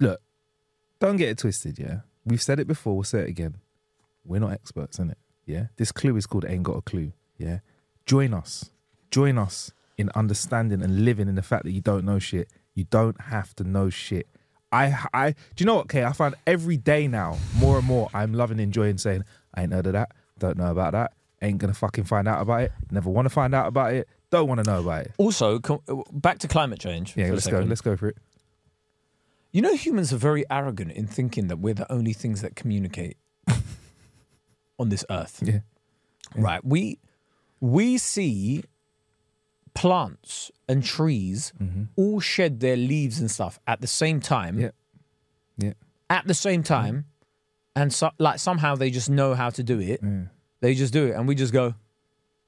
Speaker 1: look, don't get it twisted, yeah? We've said it before, we'll say it again. We're not experts in it, yeah? This clue is called Ain't Got a Clue, yeah? Join us. Join us in understanding and living in the fact that you don't know shit. You don't have to know shit. I, I, do you know what, Kay? I find every day now, more and more, I'm loving, enjoying saying, I ain't heard of that, don't know about that, ain't gonna fucking find out about it, never wanna find out about it, don't wanna know about it.
Speaker 2: Also, co- back to climate change.
Speaker 1: Yeah,
Speaker 2: for a
Speaker 1: let's go,
Speaker 2: second.
Speaker 1: let's go for it.
Speaker 2: You know, humans are very arrogant in thinking that we're the only things that communicate on this earth.
Speaker 1: Yeah.
Speaker 2: Right. We we see plants and trees all shed their leaves and stuff at the same time.
Speaker 1: Mm-hmm. Yeah. Yeah.
Speaker 2: At the same time.
Speaker 1: Mm-hmm.
Speaker 2: And so, like somehow they just know how to do it. They just do it. And we just go,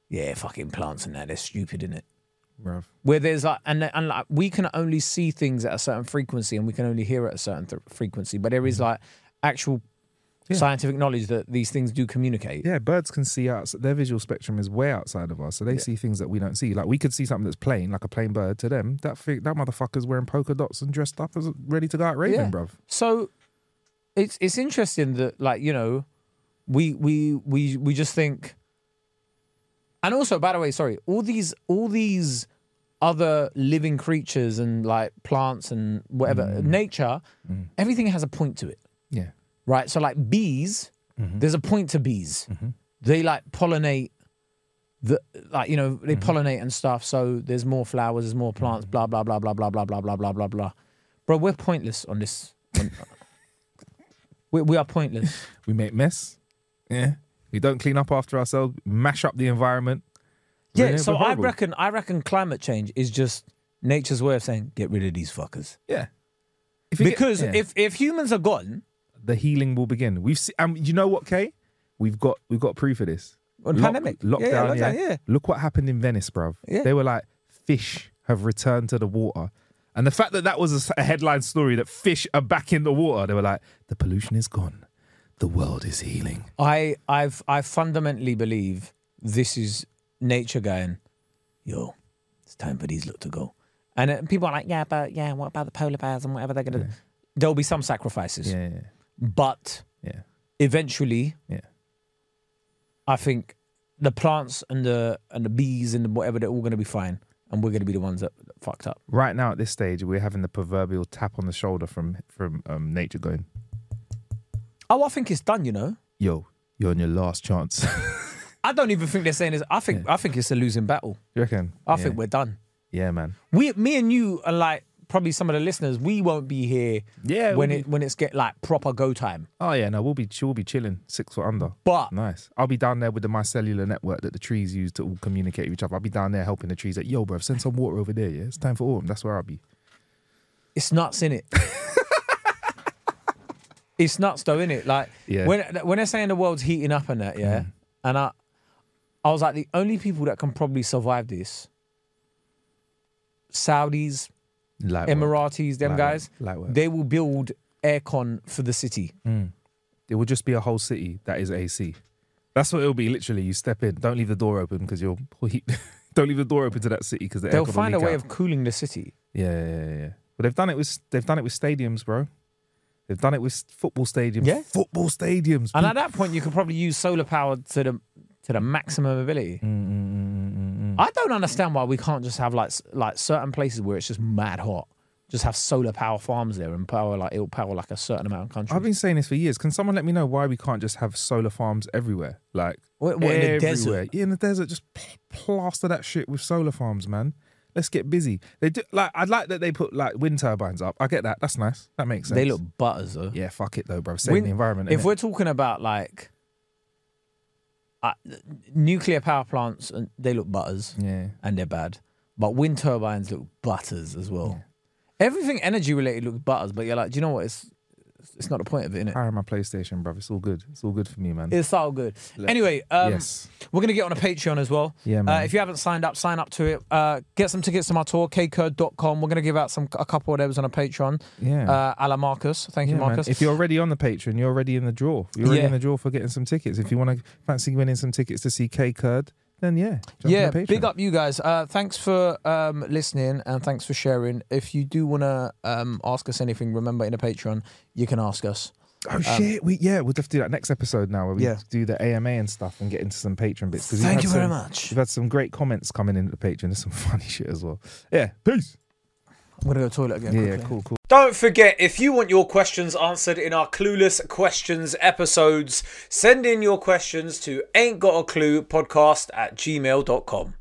Speaker 2: Yeah, fucking plants and that, they're stupid, innit?
Speaker 1: Bruv.
Speaker 2: where there's like and and like we can only see things at a certain frequency and we can only hear at a certain th- frequency but there is like actual scientific knowledge that these things do communicate
Speaker 1: Yeah, birds can see out. Their visual spectrum is way outside of us, so they see things that we don't see. Like we could see something that's plain, like a plain bird. To them, that fig- that motherfucker's wearing polka dots and dressed up as ready to go out raving,
Speaker 2: Yeah.
Speaker 1: bruv.
Speaker 2: so it's it's interesting that like you know we we we we just think and also by the way sorry all these all these other living creatures and like plants and whatever nature everything has a point to it
Speaker 1: Yeah,
Speaker 2: right? So like bees,
Speaker 1: Mm-hmm.
Speaker 2: there's a point to bees. They like pollinate the like you know they
Speaker 1: Mm-hmm.
Speaker 2: pollinate and stuff. So there's more flowers, there's more plants, blah blah blah blah blah blah blah blah blah blah blah. Bro, we're pointless on this. on- we we are pointless.
Speaker 1: we make mess. Yeah, we don't clean up after ourselves. Mash up the environment.
Speaker 2: Yeah.
Speaker 1: We're-
Speaker 2: So
Speaker 1: we're
Speaker 2: I
Speaker 1: horrible.
Speaker 2: reckon I reckon climate change is just nature's way of saying get rid of these fuckers.
Speaker 1: Yeah, If you get-
Speaker 2: Because
Speaker 1: yeah.
Speaker 2: if if humans are gone,
Speaker 1: the healing will begin, we've seen. Um, you know what, Kay? We've got we've got proof of this.
Speaker 2: Well, pandemic. Yeah,
Speaker 1: lockdown.
Speaker 2: yeah,
Speaker 1: Yeah,
Speaker 2: lockdown, yeah.
Speaker 1: Look what happened in Venice, bruv.
Speaker 2: Yeah.
Speaker 1: They were like, fish have returned to the water. And the fact that that was a s- a, headline story that fish are back in the water, they were like, the pollution is gone. The world is healing.
Speaker 2: I I've I fundamentally believe this is nature going, yo, it's time for these lot to go. And uh, people are like, yeah, but yeah, what about the polar bears and whatever they're gonna do? There'll be some sacrifices,
Speaker 1: Yeah, yeah,
Speaker 2: but
Speaker 1: yeah,
Speaker 2: eventually,
Speaker 1: yeah.
Speaker 2: I think the plants and the and the bees and whatever they're all gonna be fine, and we're gonna be the ones that, that fucked up.
Speaker 1: Right now, at this stage, we're having the proverbial tap on the shoulder from from um, nature, going,
Speaker 2: Oh, I think it's done. You know,
Speaker 1: "Yo, you're on your last chance." you
Speaker 2: I don't even think they're saying this. I think I think it's a losing battle.
Speaker 1: reckon?
Speaker 2: I
Speaker 1: yeah.
Speaker 2: think we're done.
Speaker 1: yeah, man.
Speaker 2: we me and you are like probably some of the listeners we won't be here
Speaker 1: Yeah,
Speaker 2: when
Speaker 1: we'll
Speaker 2: it when it's get like proper go time
Speaker 1: Oh yeah, no, we'll be we'll be chilling six foot under.
Speaker 2: but
Speaker 1: Nice. I'll be down there with the micellular network that the trees use to all communicate with each other. I'll be down there helping the trees. Like, yo, bruv, send some water over there. Yeah, it's time for autumn. That's where I'll be.
Speaker 2: it's nuts in it it's nuts though in it like
Speaker 1: Yeah. Mm.
Speaker 2: when when they're saying the world's heating up and that yeah and i i was like the only people that can probably survive this saudis
Speaker 1: Light work.
Speaker 2: emiratis them
Speaker 1: Light work.
Speaker 2: guys
Speaker 1: Light work. Mm.
Speaker 2: they will build aircon for the city
Speaker 1: It will just be a whole city that is AC. That's what it'll be. Literally, you step in. Don't leave the door open because you'll heat. Don't leave the door open to that city because
Speaker 2: They'll find a way of cooling the city.
Speaker 1: Yeah, yeah, yeah, yeah. But they've done it with they've done it with stadiums, bro. They've done it with football stadiums.
Speaker 2: Yeah.
Speaker 1: football stadiums.
Speaker 2: And at that point, you could probably use solar power to the to the maximum
Speaker 1: Mm,
Speaker 2: ability. I don't understand why we can't just have like s- like certain places where it's just mad hot. Just have solar power farms there and power like it'll power like a certain amount of countries.
Speaker 1: I've been saying this for years. Can someone let me know why we can't just have solar farms everywhere? Like
Speaker 2: What- what, in the
Speaker 1: everywhere.
Speaker 2: desert?
Speaker 1: Yeah, in the desert, just pl- plaster that shit with solar farms, man. Let's get busy. They do like I'd like that they put like wind turbines up. I get that. That's nice. That makes sense.
Speaker 2: they look butters though.
Speaker 1: Yeah, fuck it though, bro. Saving
Speaker 2: Wind-
Speaker 1: the environment.
Speaker 2: If
Speaker 1: innit?
Speaker 2: we're talking about like uh, nuclear power plants, and they look butters,
Speaker 1: Yeah.
Speaker 2: and they're bad. But wind turbines look butters as well. Everything energy related looks butters, but you're like, do you know what? It's it's not the point of it, innit?
Speaker 1: Power my PlayStation, bro. It's all good. It's all good for me, man.
Speaker 2: It's all good. Anyway, um,
Speaker 1: Yes.
Speaker 2: we're going to get on a Patreon as well.
Speaker 1: Yeah,
Speaker 2: Uh,
Speaker 1: man.
Speaker 2: if you haven't signed up, sign up to it. Uh, get some tickets to my tour, kcode.com. We're going to give out some a couple of those on a Patreon.
Speaker 1: Yeah.
Speaker 2: Uh, a la Marcus. Thank
Speaker 1: Yeah,
Speaker 2: you,
Speaker 1: man.
Speaker 2: Marcus.
Speaker 1: If you're already on the Patreon, you're already in the draw. You're already
Speaker 2: Yeah.
Speaker 1: in the draw for getting some tickets. If you want to fancy winning some tickets to see K Curd, then yeah. jump on
Speaker 2: yeah,
Speaker 1: the Patreon.
Speaker 2: big up you guys. Uh, thanks for um, listening and thanks for sharing. If you do want to um, ask us anything, remember in a Patreon, you can ask us.
Speaker 1: Oh shit! We yeah, we'll have to do that next episode now where we
Speaker 2: Um, Yeah.
Speaker 1: do the AMA and stuff and get into some Patreon bits. 'cause we've
Speaker 2: Thank
Speaker 1: had
Speaker 2: you very
Speaker 1: some-
Speaker 2: much.
Speaker 1: We've had some great comments coming into the Patreon. There's some funny shit as well. Yeah, peace.
Speaker 2: I'm going to go to the toilet again.
Speaker 1: Yeah,
Speaker 2: quickly.
Speaker 1: yeah, cool, cool.
Speaker 2: Don't forget, if you want your questions answered in our Clueless Questions episodes, send in your questions to ain't got a clue podcast at gmail.com.